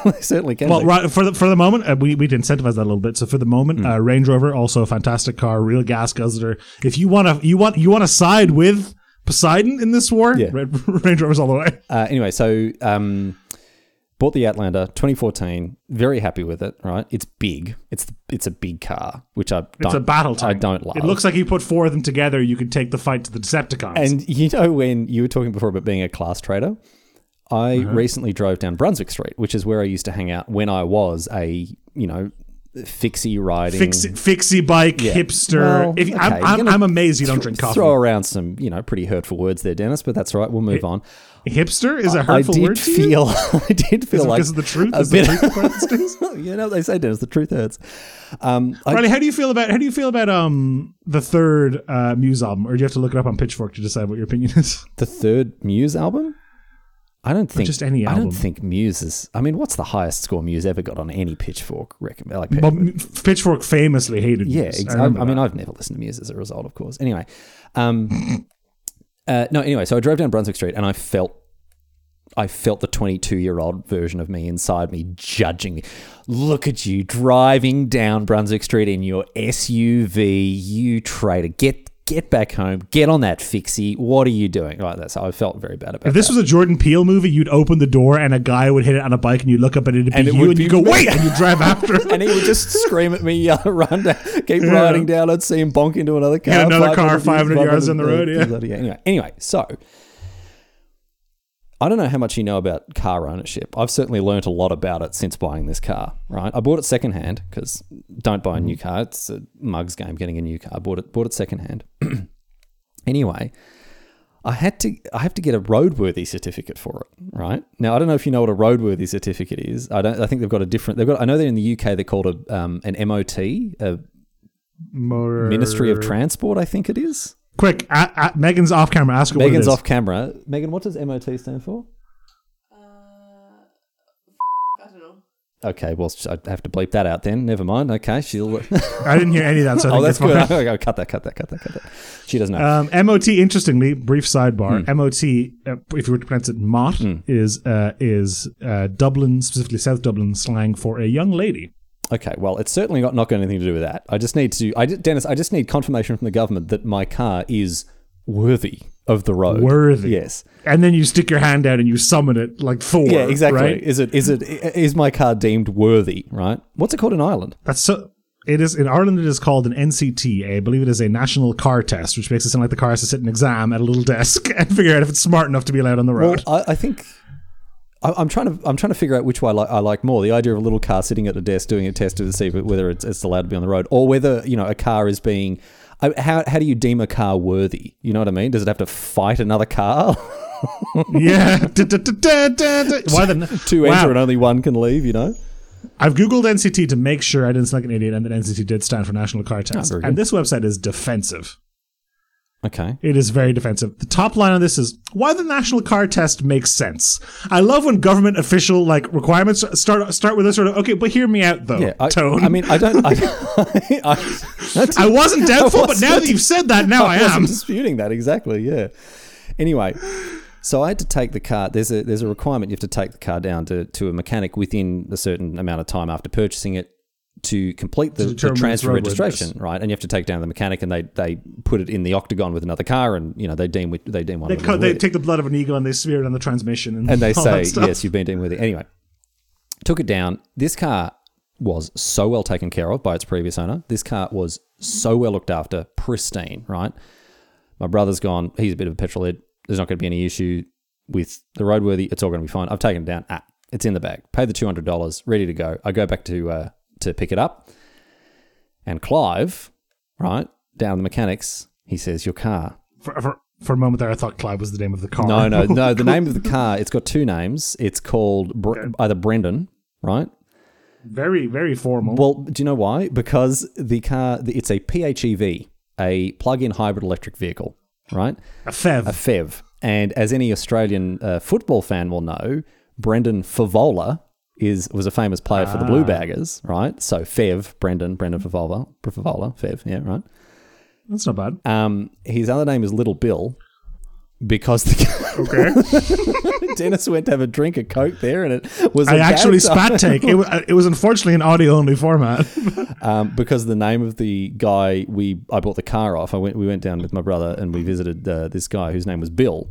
S2: they certainly can.
S1: Well,
S2: do.
S1: right for the for the moment, uh, we we'd incentivize that a little bit. So for the moment,
S2: Hmm.
S1: uh, Range Rover also a fantastic car, real gas guzzler. If you want to, you want you want to side with Poseidon in this war,
S2: Yeah.
S1: Red, Range Rover's all the way.
S2: Uh, anyway, so um, bought the Outlander 2014. Very happy with it. Right, it's big. It's it's a big car, which I don't,
S1: It's a battle tank.
S2: I don't love.
S1: It looks like you put four of them together, you could take the fight to the Decepticons.
S2: And you know, when you were talking before about being a class trader,
S1: Mm-hmm.
S2: I recently drove down Brunswick Street, which is where I used to hang out when I was a, you know, fixie riding.
S1: Fix, fixie bike,
S2: Yeah.
S1: hipster.
S2: Well,
S1: if, I'm,
S2: okay,
S1: I'm,
S2: you're gonna
S1: I'm amazed you don't drink coffee.
S2: Throw around some, you know, pretty hurtful words there, Dennis, but that's all right. We'll move on.
S1: hipster is a
S2: I
S1: hurtful word
S2: did
S1: to you?
S2: feel, I did feel
S1: Is it
S2: like
S1: because of the truth?
S2: a
S1: Is the
S2: bit-
S1: truth part of this case?
S2: you know, they say Dennis, the truth hurts. Um, I,
S1: Riley, how do you feel about how do you feel about um the third uh, Muse album, or do you have to look it up on Pitchfork to decide what your opinion is?
S2: the third Muse album. I don't think
S1: just any
S2: I
S1: album.
S2: don't think Muse is. I mean, what's the highest score Muse ever got on any Pitchfork record? Like,
S1: Well, M- Pitchfork famously hated.
S2: Yeah,
S1: Muse. Um,
S2: ex- I, I
S1: remember
S2: mean,
S1: that.
S2: I've never listened to Muse as a result, of course. Anyway, um, uh, no, anyway, so I drove down Brunswick Street and I felt, I felt the 22 year old version of me inside me judging me. Look at you driving down Brunswick Street in your SUV, you traitor. Get get back home. Get on that fixie. What are you doing? Right, that's how I felt very bad about
S1: if
S2: that.
S1: this was a Jordan Peele movie, you'd open the door and a guy would hit it on a bike, and you look up and it'd be
S2: And it
S1: you,
S2: would
S1: and
S2: be
S1: you go
S2: me.
S1: wait, and you drive after. it.
S2: And he would just scream at me, yell, run down, keep riding down. I'd see him bonk into another car.
S1: Hit another car 500
S2: 500
S1: yards down the road, yeah.
S2: bloody- Anyway, anyway, so I don't know how much you know about car ownership. I've certainly learnt a lot about it since buying this car, right? I bought it secondhand because don't buy a
S1: Mm.
S2: new car. It's a mug's game getting a new car. I bought it, bought it secondhand. anyway, I had to I have to get a roadworthy certificate for it, right? Now I don't know if you know what a roadworthy certificate is. I don't I think they've got a different they've got I know they're in the UK they're called a um, an MOT, a
S1: Motor-
S2: Ministry of Transport, I think it is.
S1: Quick, a a- Megan's off camera. Ask her what it
S2: Megan's
S1: is.
S2: off camera. Megan, what does MOT stand for?
S3: Uh, I don't know.
S2: Okay, well I have to bleep that out then. Never mind. Okay, she'll
S1: I didn't hear any of that, so I
S2: Oh,
S1: think
S2: that's
S1: you're
S2: good.
S1: fine.
S2: Okay, cut that, cut that, cut that, cut that. She doesn't know.
S1: Um, MOT, interestingly, brief sidebar.
S2: Hmm.
S1: MOT, uh, if you were to pronounce it "mot," is uh, is uh, Dublin, specifically South Dublin slang for a young lady.
S2: Okay, well, it's certainly got, not got anything to do with that. I just need to, I did, Dennis, I just need confirmation from the government that my car is worthy of the road.
S1: Worthy.
S2: Yes.
S1: And then you stick your hand out and you summon it like Thor.
S2: Yeah, exactly.
S1: Right?
S2: Is it, is it, is my car deemed worthy, right? What's it called in Ireland?
S1: That's so. It is in Ireland. It is called an NCT. eh? I believe it is a national car test, which makes it sound like the car has to sit an exam at a little desk and figure out if it's smart enough to be allowed on the road.
S2: I, I think. I- I'm trying to I'm trying to figure out which one I like, I like more the idea of a little car sitting at a desk doing a test to see whether it's, it's allowed to be on the road or whether you know a car is being I- how how do you deem a car worthy you know what I mean does it have to fight another car
S1: yeah. Da-da-da-da-da. Why the
S2: to
S1: Wow.
S2: enter and only one can leave you know
S1: I've googled NCT to make sure I didn't sound like an idiot, and that NCT did stand for National Car Test.
S2: Ah, very good.
S1: and this website is defensive.
S2: okay
S1: It is very defensive. The top line on this is why the National Car Test makes sense. I love when government official like requirements start start with a sort of okay, but hear me out though
S2: Yeah, I,
S1: tone.
S2: I mean, I don't. I, I, that's-
S1: I wasn't doubtful, but now
S2: wasn't-
S1: that you've said that, now I,
S2: I wasn't
S1: am.
S2: disputing that exactly. Yeah. Anyway, so I had to take the car. There's a there's a requirement you have to take the car down to to a mechanic within a certain amount of time after purchasing it to complete the, the
S1: determine its
S2: transfer
S1: roadworthiness.
S2: registration, right? And you have to take down the mechanic, and they they put it in the octagon with another car, and you know they deem with- they deem one
S1: They,
S2: of them.
S1: cut-
S2: as
S1: they
S2: worthy
S1: take the blood of an eagle and they smear it on the transmission, and,
S2: and they
S1: all
S2: say,
S1: that stuff.
S2: "Yes, you've been dealing with it." Anyway, took it down. This car was so well taken care of by its previous owner. This car was so well looked after, pristine. Right, my brother's gone. He's a bit of a petrol head. There's not going to be any issue with the roadworthy. It's all going to be fine. I've taken it down. Ah, it's in the bag. Pay the two hundred dollars. Ready to go. I go back to uh, to pick it up, and Clive, right down the mechanics. He says, "Your car."
S1: For, for, for a moment there, I thought Clyde was the name of the car.
S2: No, no, no. The name of the car. It's got two names. It's called Bre- either Brendan, right?
S1: very, very formal.
S2: Well, do you know why? Because the car. It's a PHEV, a plug-in hybrid electric vehicle, right?
S1: a fev.
S2: A FEV. And as any Australian uh, football fan will know, Brendan Favola is was a famous player for the Blue Baggers, right? So FEV, Brendan, Brendan Favola, Favola, FEV, yeah, right.
S1: That's not bad.
S2: Um, his other name is Little Bill because the
S1: Okay.
S2: Dennis went to have a drink of Coke there, and it was
S1: I
S2: a
S1: actually
S2: character.
S1: spat take. It was, it was unfortunately an audio only format.
S2: um, because the name of the guy
S1: Mm-hmm.
S2: we I bought the car off. I went we went down with my brother and we visited uh, this guy whose name was Bill.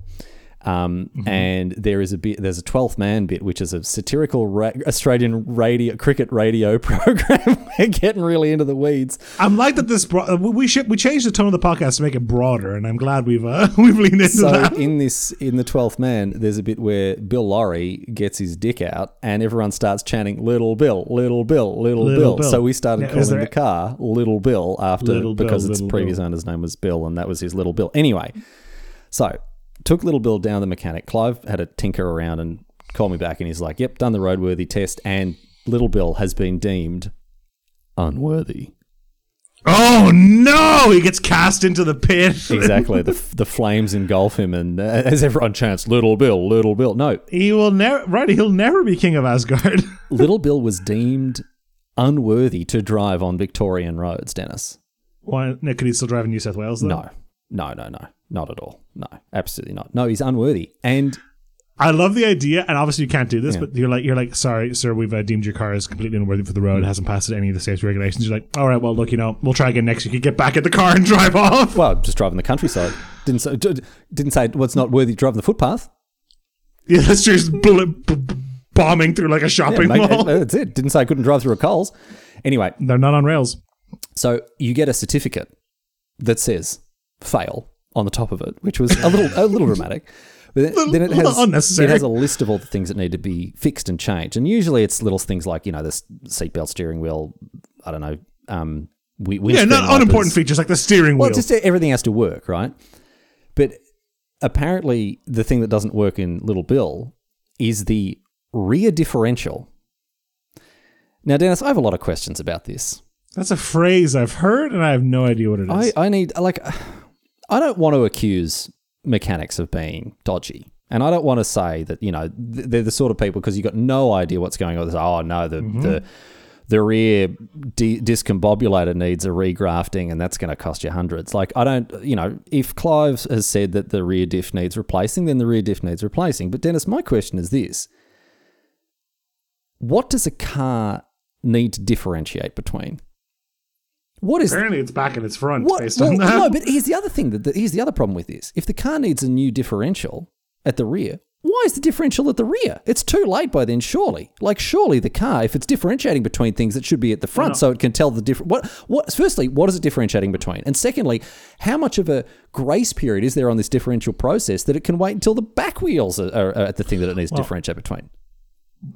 S2: Um,
S1: Mm-hmm.
S2: And there is a bit, there's a twelfth man bit, which is a satirical ra- Australian radio cricket radio program. We're getting really into the weeds.
S1: I'm like that. This bro- uh, we we should, we changed the tone of the podcast to make it broader, and I'm glad we've uh, we've leaned into
S2: So
S1: that.
S2: in this, in the twelfth man, there's a bit where Bill Laurie gets his dick out, and everyone starts chanting "Little Bill, Little Bill, Little,
S1: Little
S2: Bill.
S1: Bill.
S2: So we started
S1: Yeah, is
S2: calling
S1: there-
S2: the car Little Bill after
S1: Little Bill,
S2: because its
S1: Little
S2: previous
S1: Bill.
S2: owner's name was Bill, and that was his Little Bill. Anyway, so took Little Bill down to the mechanic. Clive had a tinker around and called me back, and he's like, "Yep, done the roadworthy test, and Little Bill has been deemed unworthy."
S1: Oh no! He gets cast into the pit.
S2: Exactly. the the flames engulf him, and uh, as everyone chants, "Little Bill, Little Bill." No,
S1: He will never. Right, he'll never be king of Asgard.
S2: Little Bill was deemed unworthy to drive on Victorian roads, Dennis.
S1: Why? No, could he still drive in New South Wales? Though?
S2: No, no, no, no, not at all. No, absolutely not. No, he's unworthy. And
S1: I love the idea, and obviously you can't do this, but you're like, you're like, sorry, sir, we've uh, deemed your car as completely unworthy for the road. It hasn't passed any of the safety regulations. You're like, all right, well, look, you know, we'll try again next week. You get back in the car and drive off.
S2: well, just driving the countryside. Didn't say, d- didn't say what's not worthy driving the footpath.
S1: Yeah, that's just bl- b- b- bombing through like a shopping
S2: Mate,
S1: mall.
S2: that's it. Didn't say I couldn't drive through a Coles. Anyway,
S1: They're not on rails.
S2: So you get a certificate that says fail on the top of it, which was a little a little dramatic. But then, then it has
S1: Unnecessary.
S2: it has a list of all the things that need to be fixed and changed. And usually it's little things like you know this seatbelt, steering wheel. I don't know. Um, we, we
S1: Yeah, not unimportant features like the steering
S2: Well,
S1: wheel.
S2: just everything has to work, right? But apparently, the thing that doesn't work in Little Bill is the rear differential. Now, Dennis, I have a lot of questions about this.
S1: That's a phrase I've heard, and I have no idea what it is.
S2: I, I need like I don't want to accuse mechanics of being dodgy. And I don't want to say that, you know, th- they're the sort of people because you've got no idea what's going on. It's, oh, no, the,
S1: Mm-hmm.
S2: the, the rear di- discombobulator needs a regrafting and that's going to cost you hundreds. Like, I don't, you know, if Clive has said that the rear diff needs replacing, then the rear diff needs replacing. But Dennis, my question is this What does a car need to differentiate between? What is
S1: Apparently, it's back and it's front
S2: what?
S1: based
S2: Well,
S1: on that.
S2: No, but here's the other thing. That the, here's the other problem with this. If the car needs a new differential at the rear, why is the differential at the rear? It's too late by then, surely. Like, surely the car, if it's differentiating between things, it should be at the front so it can tell the different. What? What? Firstly, what is it differentiating between? And secondly, how much of a grace period is there on this differential process that it can wait until the back wheels are, are, are at the thing that it needs to differentiate between?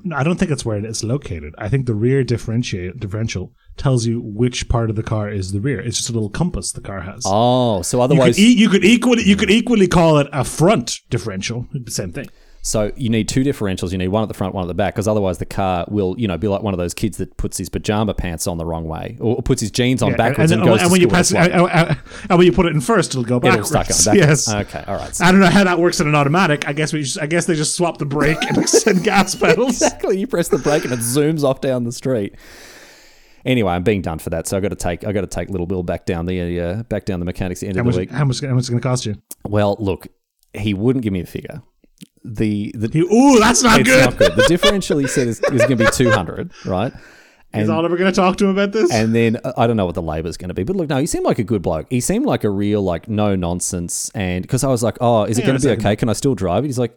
S1: No, I don't think it's where it's located. I think the rear differentiate differential tells you which part of the car is the rear. It's just a little compass the car has.
S2: Oh, so
S1: you, could
S2: otherwise,
S1: e- you could equally you could equally call it a front differential. It'd be the same thing.
S2: So you need two differentials. You need one at the front, one at the back, because otherwise the car will, you know, be like one of those kids that puts his pajama pants on the wrong way or puts his jeans on backwards and,
S1: and,
S2: goes.
S1: and
S2: to
S1: when you
S2: school
S1: pass,
S2: this way.
S1: and, and- and when you put it in first, it'll go
S2: it'll
S1: backwards.
S2: start going backwards.
S1: Yes.
S2: Okay. All right. So-
S1: I don't know how that works in an automatic. I guess we just, I guess they just swap the brake and, and gas pedals.
S2: exactly. You press the brake and it zooms off down the street. Anyway, I'm being done for that, so I got to take I got to take little Bill back down the uh, back down the mechanics at the end
S1: How
S2: of
S1: much,
S2: the week.
S1: how much, how much is it going to cost you?
S2: Well, look, he wouldn't give me a figure. The the
S1: You- Ooh, that's not
S2: it's
S1: good.
S2: not good. The differential he said is, is going to be 200, right?
S1: Is
S2: And-
S1: Oliver going to talk to him about this?
S2: And then uh, I don't know what the labor's going to be, but look, no, he seemed like a good bloke. He seemed like a real like no nonsense, and because I was like, oh, is it
S1: Hang on
S2: going
S1: a
S2: to be
S1: second.
S2: okay? Can I still drive it? He's like,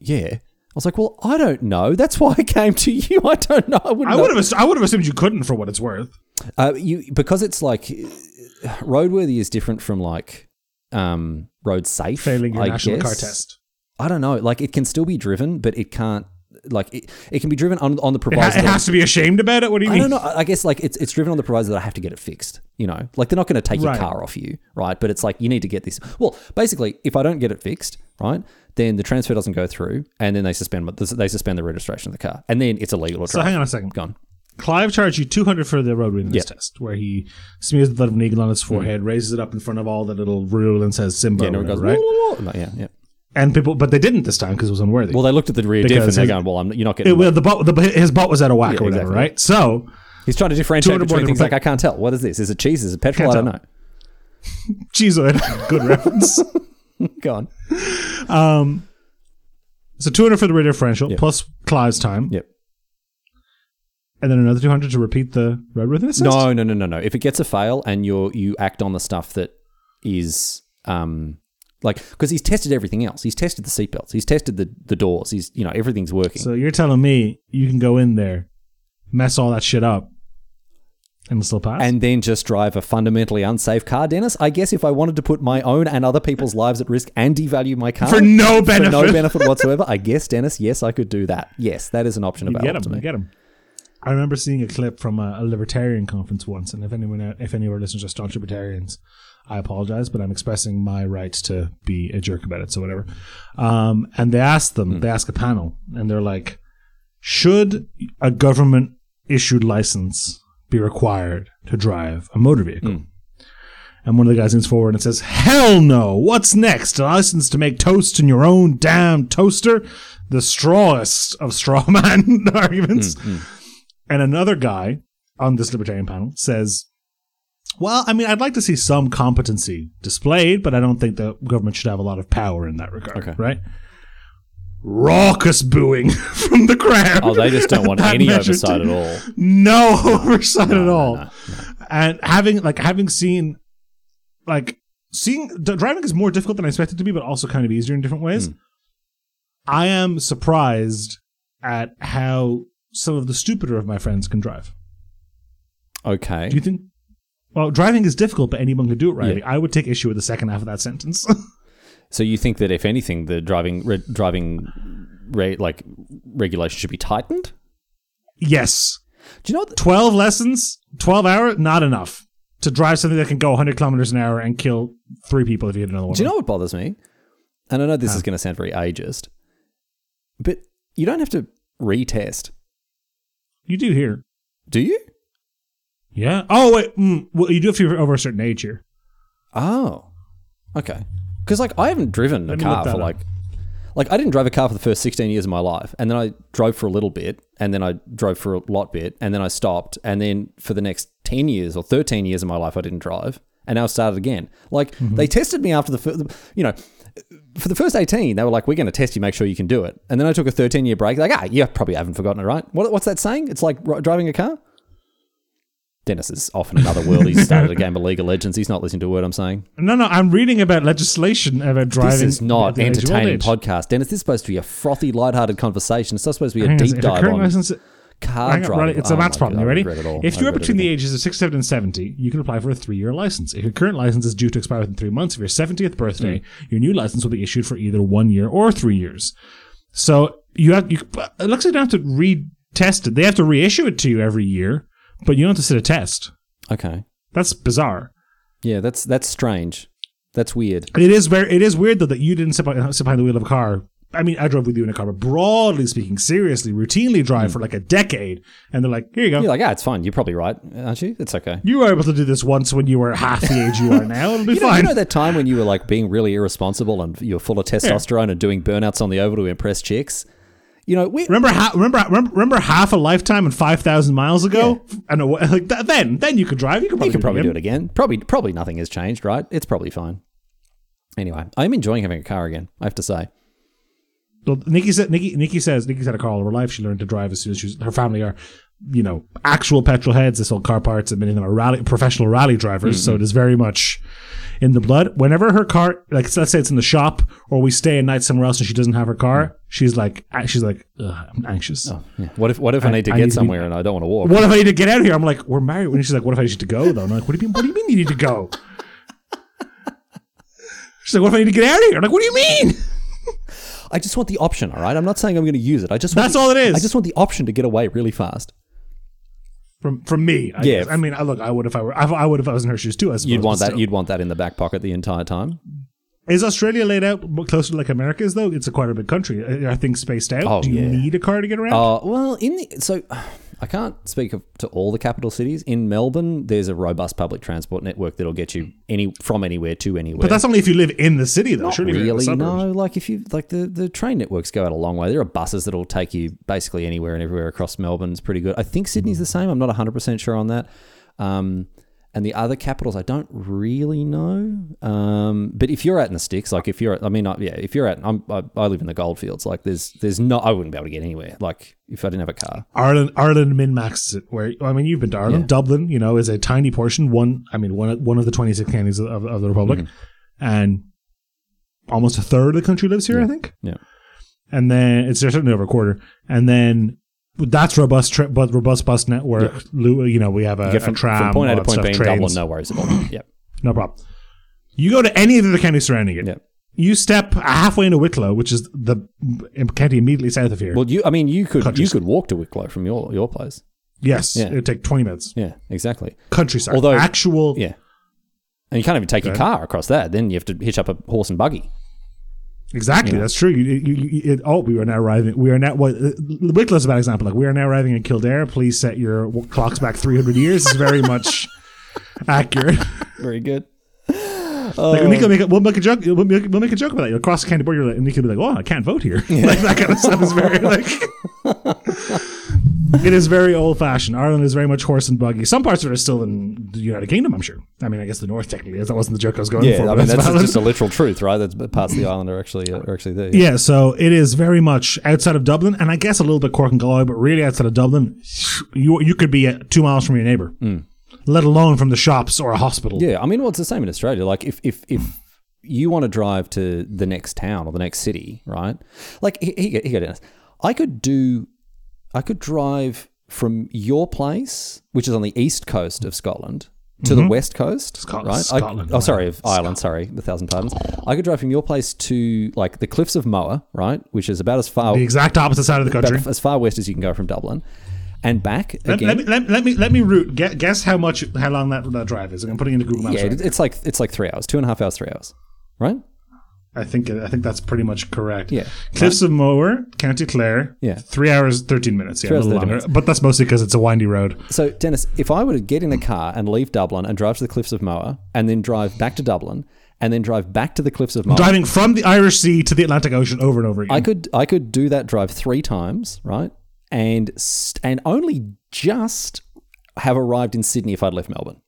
S2: yeah. I was like, well, I don't know. That's why I came to you. I don't know. I wouldn't.
S1: I
S2: know.
S1: would have ass- I would have assumed you couldn't for what it's worth.
S2: Uh, you because it's like uh, roadworthy is different from like um road safe.
S1: Failing your
S2: I
S1: national car
S2: guess.
S1: test.
S2: I don't know. Like it can still be driven, but it can't. Like it, it can be driven on on the
S1: It, ha-
S2: proviso.
S1: it has to be ashamed about it. What do you
S2: I
S1: mean?
S2: don't know. I I guess like it's it's driven on the proviso that I have to get it fixed. You know, like they're not going to take
S1: Right.
S2: your car off you, right? But it's like you need to get this. Well, basically, if I don't get it fixed, right, then the transfer doesn't go through, and then they suspend they suspend the registration of the car, and then it's illegal to
S1: So
S2: drive.
S1: hang on a second.
S2: Gone.
S1: Clive charged you 200 for the roadworthiness test, where he smears the blood of an eagle on his forehead,
S2: Mm-hmm.
S1: raises it up in front of all the little rule and says Simba,
S2: And
S1: or
S2: everyone goes,
S1: whatever, right?
S2: "Whoa, whoa, whoa." No, yeah, yeah.
S1: And people, but they didn't this time because it was unworthy.
S2: Well, they looked at the rear diff and
S1: Because
S2: they're
S1: his-
S2: going, "Well, I'm, you're not
S1: It-
S2: getting."
S1: well, the bot, the, his bot was out of whack or whatever,
S2: exactly.
S1: right? So
S2: He's trying to differentiate
S1: 200
S2: between
S1: more
S2: things.
S1: than-
S2: Like I can't tell. What is this? Is it cheese? Is it petrol? I
S1: Can't
S2: don't know.
S1: Jeez, good reference.
S2: Go on.
S1: So 200 for the rear differential plus Clive's time,
S2: Yep.
S1: and then another 200 to repeat the roadworthiness test.
S2: No, no, no, no, no. If it gets a fail and you are you act on the stuff that is um Like, because he's tested everything else. He's tested the seatbelts. He's tested the, the doors. He's, you know, everything's working.
S1: So you're telling me you can go in there, mess all that shit up, and it'll still pass?
S2: and then just drive a fundamentally unsafe car, Dennis. I guess if I wanted to put my own and other people's lives at risk and devalue my car
S1: for no
S2: for
S1: benefit.
S2: no benefit whatsoever, I guess, Dennis, yes, I could do that. Yes, that is an option
S1: You get
S2: available to
S1: him.
S2: me.
S1: Get him. I remember seeing a clip from a, a libertarian conference once, and if anyone, if any of our listeners are staunch libertarians, I apologize, but I'm expressing my right to be a jerk about it. So whatever. Um, and they asked them, they ask a panel, and they're like, "Should a government issued license be required to drive a motor vehicle?" And one of the guys leans forward and says, Hell no! What's next? A license to make toast in your own damn toaster? The strawest of straw man arguments.
S2: Hmm. Mm,
S1: And another guy on this libertarian panel says, Well, I mean, I'd like to see some competency displayed, but I don't think the government should have a lot of power in that regard.
S2: Okay.
S1: Right? Raucous booing from the crowd.
S2: Oh, they just don't want
S1: That
S2: any
S1: measured
S2: oversight
S1: to-
S2: at all.
S1: no oversight at
S2: no,
S1: all.
S2: no,
S1: And having like having seen like seeing d- driving is more difficult than I expected to be, but also kind of easier in different ways.
S2: Hmm.
S1: I am surprised at how some of the stupider of my friends can drive.
S2: Okay.
S1: Do you think? Well, driving is difficult, but anyone can do it right.
S2: Yeah.
S1: Like, I would take issue with the second half of that sentence.
S2: So you think that if anything, the driving re- driving re- like regulation should be tightened?
S1: yes,
S2: Do you know what? the-
S1: twelve lessons, twelve hour, not enough to drive something that can go 100 kilometers an hour and kill three people if you hit another one.
S2: Do you know what bothers me? And I know this is going to sound very ageist, but you don't have to retest,
S1: You do here.
S2: do you?
S1: Yeah. Oh wait. Mm, well, you do if you're over a certain age here.
S2: Oh, okay. Because like I haven't driven a
S1: me look
S2: car
S1: that
S2: for
S1: up.
S2: like, like I didn't drive a car for the first sixteen years of my life, and then I drove for a little bit, and then I drove for a lot bit, and then I stopped, and then for the next ten years or thirteen years of my life, I didn't drive, and now I started again. Like
S1: Mm-hmm.
S2: they tested me after the, fir- you know. For the first 18, they were like, we're going to test you, make sure you can do it. And then I took a 13 year break. Like, ah, you probably haven't forgotten it, right? What, what's that saying? It's like ri- driving a car? Dennis is off in another world. He's started a game of League of Legends. He's not listening to a word I'm saying.
S1: No, no. I'm reading about legislation about driving.
S2: This is
S1: at
S2: not
S1: the age of old
S2: entertaining
S1: age.
S2: podcast, Dennis. This is supposed to be a frothy, lighthearted conversation. It's not supposed to be a
S1: Hang on a
S2: deep
S1: second, if a
S2: dive
S1: current
S2: on
S1: license-
S2: car
S1: hang on,
S2: driving.
S1: right, it's a
S2: Oh
S1: maths
S2: my
S1: problem.
S2: God,
S1: You
S2: I
S1: ready?
S2: regret it all.
S1: If
S2: I
S1: you are
S2: regret
S1: between the
S2: it
S1: ages of 67 and 70, you can apply for a three-year license. If your current license is due to expire within three months of your 70th birthday,
S2: Hmm.
S1: your new license will be issued for either one year or three years. So you have. You, it looks like you don't have to retest it. They have to reissue it to you every year, but you don't have to sit a test.
S2: all. Okay.
S1: That's bizarre.
S2: Yeah, that's that's strange. That's weird.
S1: It is where it is weird though that you didn't sit behind, sit behind the wheel of a car. I mean, I drove with you in a car, but broadly speaking, seriously, routinely drive
S2: Hmm.
S1: for like a decade, and they're like, "Here you go.
S2: You're like, ah, it's fine. You're probably right, aren't you? It's okay.
S1: you were able to do this once when you were half the age you are now. It'll be
S2: You know, you
S1: fine."
S2: know that time when you were like being really irresponsible and you were full of testosterone and doing burnouts on the oval to impress chicks. You know, we
S1: remember, ha- remember, remember, remember, half a lifetime and five thousand miles ago, and a, like that, then, then you could drive. You could probably,
S2: you could probably do
S1: again.
S2: it again. Probably, probably nothing has changed, right? It's probably fine. Anyway, I'm enjoying having a car again. I have to say.
S1: Well, Nikki said Nikki Nikki says Nikki's had a car all her life. She learned to drive as soon as she's her family are, you know, actual petrol heads. They sold car parts, and many of them are rally professional rally drivers. So it is very much in the blood. Whenever her car, like so let's say it's in the shop, or we stay a night somewhere else, and she doesn't have her car, she's like ah, she's like Ugh, I'm anxious.
S2: Yeah. What if what if I, need to
S1: I
S2: get
S1: need to be-
S2: somewhere and I don't want to walk?
S1: What if I need to get out of here? I'm like, we're married. And she's like, what if I need to go though? And I'm like, what do you mean? What do you mean you need to go? She's like, what if I need to get out of here? I'm like, what do you mean?
S2: I just want the option, all right? I'm not saying I'm going to use it. I just want
S1: That's
S2: the-
S1: all it is.
S2: I just want the option to get away really fast.
S1: from from me. I
S2: Yeah.
S1: guess. I mean, I look, I would if I were, I, I would if I was in her shoes too. I suppose.
S2: You'd
S1: but
S2: want that.
S1: still.
S2: You'd want that in the back pocket the entire time.
S1: Is Australia laid out mo- closer to like America is though? It's a quite a big country. Are are things spaced out?
S2: Oh,
S1: Do you
S2: yeah.
S1: need a car to get around?
S2: Uh, well, in the so I can't speak of, to all the capital cities. In Melbourne, there's a robust public transport network that'll get you any from anywhere to anywhere.
S1: but that's only if you live in the city though. Surely if you're in the
S2: really
S1: suburbs.
S2: no. Like if you like the the train networks go out a long way. There are buses that'll take you basically anywhere and everywhere across Melbourne. It's pretty good. I think Sydney's the same. I'm not 100 percent sure on that. Um, and the other capitals, I don't really know. Um, but if you're out in the sticks, like if you're, I mean, I, yeah, if you're out, I'm, I, I live in the goldfields. Like there's, there's no, I wouldn't be able to get anywhere. Like if I didn't have a car.
S1: Ireland, Ireland min maxes it. Where I mean, you've been to Ireland. Dublin, you know, is a tiny portion. One, I mean, one one of the twenty six counties of, of the republic, and almost a third of the country lives here, I think.
S2: Mm-hmm. Yeah.
S1: And then it's certainly over a quarter. And then that's robust, tra- but robust bus network. Lu- You know, we have a,
S2: Get
S1: a tram,
S2: from point
S1: all
S2: A to
S1: that
S2: point
S1: stuff,
S2: B in
S1: trains.
S2: Dublin, no worries at all. Yep.
S1: No problem. You go to any of the other counties surrounding it.
S2: Yep.
S1: You step halfway into Wicklow, which is the m- county immediately south of here.
S2: Well, you. I mean, you could you
S1: Countries.
S2: could walk to Wicklow from your your place.
S1: yes,
S2: yeah.
S1: it would take twenty minutes.
S2: Yeah, exactly.
S1: Countryside,
S2: Although-
S1: actual.
S2: Yeah, and you can't even take your car across that. Then you have to hitch up a horse and buggy.
S1: Exactly, that's true. You, you, you, it, oh, we are now arriving. We are now. Well, uh, Wicklow's a bad example. Like we are now arriving in Kildare. Please set your w- clocks back three hundred years. Is very much accurate.
S2: Very good.
S1: Like
S2: Oh.
S1: Nico make a, we'll make a joke. We'll make, we'll make a joke about that. You'll cross the county border, and Nico will be like, "Oh, I can't vote here." like that kind of stuff is very like. it is very old fashioned. Ireland is very much horse and buggy. Some parts of it are still in the United Kingdom. I'm sure. I mean, I guess the North technically. is. That wasn't the joke I was going for.
S2: Yeah, I
S1: but
S2: mean
S1: that's
S2: that's
S1: valid.
S2: just a literal truth, right? That's parts of the island are actually are actually there.
S1: Yeah, so it is very much outside of Dublin, and I guess a little bit Cork and Galway, but really outside of Dublin, you you could be uh, two miles from your neighbour, let alone from the shops or a hospital.
S2: Hmm. Yeah, I mean, well, it's the same in Australia. Like, if if if you want to drive to the next town or the next city, right? Like, he- he- here, you go, Dennis. I could do, I could drive from your place, which is on the east coast of Scotland, to the west coast,
S1: Mm-hmm. Scot-
S2: right? I-
S1: Scotland,
S2: oh,
S1: right.
S2: sorry, of Ireland. Sorry, a thousand pardons. I could drive from your place to like the cliffs of Moher, right, which is about as far
S1: The exact opposite side of the country.
S2: about as far west as you can go from Dublin, and back
S1: Let,
S2: again.
S1: let me, let, let me let me root. Guess, guess how much how long that, that drive is. I'm putting it into Google Maps.
S2: yeah,
S1: right
S2: it- it's like it's like three hours, two and a half hours, three hours, right?
S1: I think I think that's pretty much correct.
S2: Yeah.
S1: Cliffs of Moher, County Clare.
S2: Yeah.
S1: three hours thirteen minutes. Yeah, a
S2: hours,
S1: little
S2: 13
S1: longer, but that's mostly because it's a windy road.
S2: So, Dennis, if I were to get in a car and leave Dublin and drive to the cliffs of Moher and then drive back to Dublin and then drive back to the cliffs of Moher,
S1: Driving from the Irish Sea to the Atlantic Ocean over and over again.
S2: I could I could do that drive three times, right? And st- and only just have arrived in Sydney if I'd left Melbourne.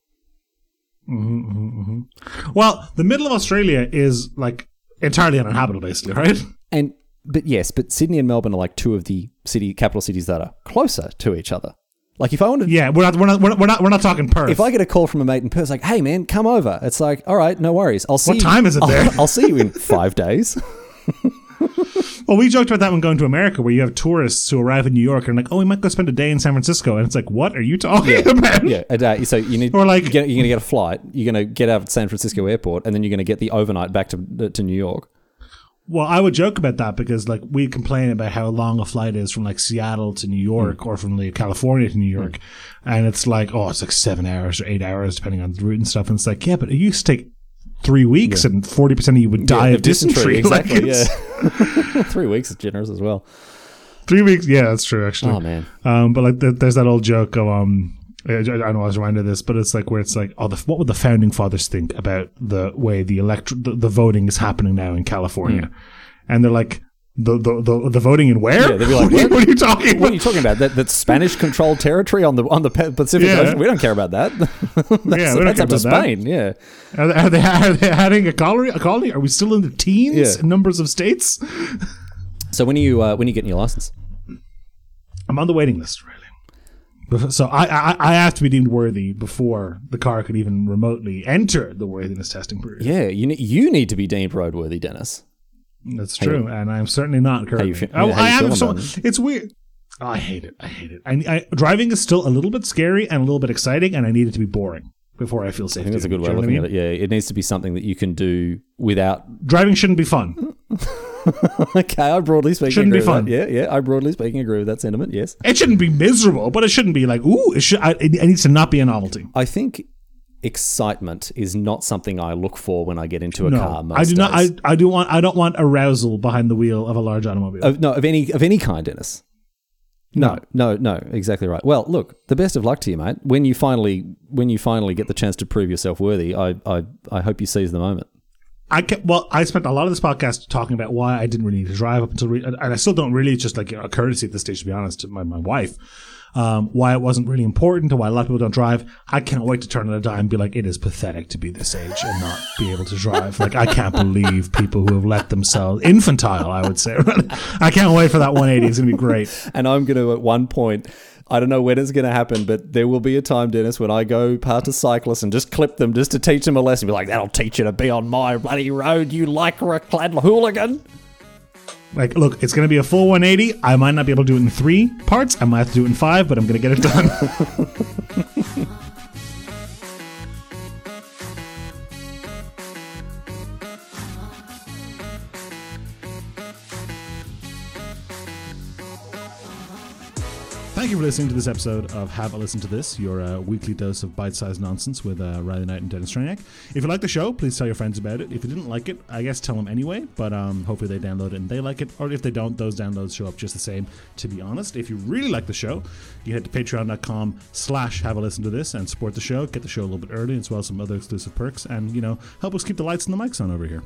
S1: Well, the middle of Australia is like entirely uninhabitable, basically, right?
S2: And but yes, but Sydney and Melbourne are like two of the city capital cities that are closer to each other. Like if I wanted,
S1: Yeah, we're not we're not we're not we're not, we're not talking Perth.
S2: if I get a call from a mate in Perth, it's like, "Hey man, come over," it's like, "All right, no worries. I'll see."
S1: What time is it
S2: I'll-
S1: there?"
S2: I'll see you in five days.
S1: well, we joked about that when going to America, where you have tourists who arrive in New York and are like, oh, we might go spend a day in San Francisco, and it's like, what are you talking about?
S2: Yeah, a day. So you need,
S1: Or like-
S2: you're gonna, you're gonna get a flight. You're gonna get out of San Francisco Airport, and then you're gonna get the overnight back to to New York.
S1: Well, I would joke about that because like we complain about how long a flight is from like Seattle to New York
S2: Hmm.
S1: or from like California to New York, and it's like oh, it's like seven hours or eight hours depending on the route and stuff. And it's like yeah, but it used to take three weeks, and forty percent of you would die
S2: Yeah,
S1: of dysentery. Like,
S2: exactly.
S1: it's-
S2: yeah, three weeks is generous as well.
S1: three weeks. Yeah, that's true actually.
S2: Oh man,
S1: Um, but like, th- there's that old joke of um, I, I don't know. I was reminded of this, but it's like where it's like, oh, the, what would the founding fathers think about the way the elect the, the voting is happening now in California? And they're like, the the the, the voting in where?
S2: Hmm. Yeah, they'd be like,
S1: what, are you,
S2: "What?"
S1: what are you talking
S2: what are
S1: about?
S2: you talking about? That that Spanish controlled territory on the on the Pa- Pacific
S1: Yeah.
S2: Ocean? We don't care about that. that's,
S1: we don't
S2: that's
S1: care
S2: up to
S1: about that.
S2: Spain. Yeah,
S1: Are they, are they are they adding a colony? A colony? Are we still in the teens
S2: Yeah.
S1: in numbers of states?
S2: so when are you uh, when are you getting your license?
S1: I'm on the waiting list, really. Bef- So I, I I have to be deemed worthy before the car could even remotely enter the worthiness testing period.
S2: Yeah, you need you need to be deemed roadworthy, Dennis.
S1: That's true, and I'm certainly not currently.
S2: fe-
S1: I,
S2: yeah, how
S1: I
S2: you
S1: am.
S2: feeling
S1: So,
S2: about it?
S1: it's weird. Oh, I hate it. I hate it. I, I, driving is still a little bit scary and a little bit exciting, and I need it to be boring before I feel safe.
S2: I think that's a good way of looking at it. Yeah, it needs to be something that you can do without
S1: Driving shouldn't be fun.
S2: Okay, I broadly speaking
S1: Shouldn't
S2: agree
S1: be
S2: with
S1: fun.
S2: That. Yeah, yeah, I broadly speaking agree with that sentiment. Yes,
S1: It shouldn't be miserable, but it shouldn't be like ooh. It, should, I, it, it needs to not be a novelty.
S2: I think excitement is not something I look for when I get into a car.
S1: No,
S2: Most
S1: I do not.
S2: days.
S1: I, I do want. I don't want arousal behind the wheel of a large automobile.
S2: of, no, of any of any kind, Dennis. No, no, no, exactly right. Well, look, the best of luck to you, mate. When you finally when you finally get the chance to prove yourself worthy, I I, I hope you seize the moment.
S1: I kept, well, I spent a lot of this podcast talking about why I didn't really need to drive up until, re- and I still don't really. It's just like a courtesy at this stage, to be honest, to my, my wife, um, why it wasn't really important and why a lot of people don't drive. I can't wait to turn on a dime and be like, it is pathetic to be this age and not be able to drive. Like, I can't believe people who have let themselves infantile, I would say. I can't wait for that 180. It's going to be great.
S2: And I'm going to at one point I don't know when it's going to happen, but there will be a time, Dennis, when I go past a cyclist and just clip them just to teach them a lesson. Be like, that'll teach you to be on my bloody road, you lycra clad hooligan.
S1: Like, look, it's going to be a full 180. I might not be able to do it in three parts. I might have to do it in five, but I'm going to get it done. Thank you for listening to this episode of Have a Listen to This, your uh, weekly dose of bite sized nonsense with uh, Riley Knight and Dennis Traniak. If you like the show, please tell your friends about it. If you didn't like it, I guess tell them anyway, but um, hopefully they download it and they like it. Or if they don't, those downloads show up just the same, to be honest. If you really like the show, you head to patreon.com slash have a listen to this and support the show, get the show a little bit early, as well as some other exclusive perks, and, you know, help us keep the lights and the mics on over here.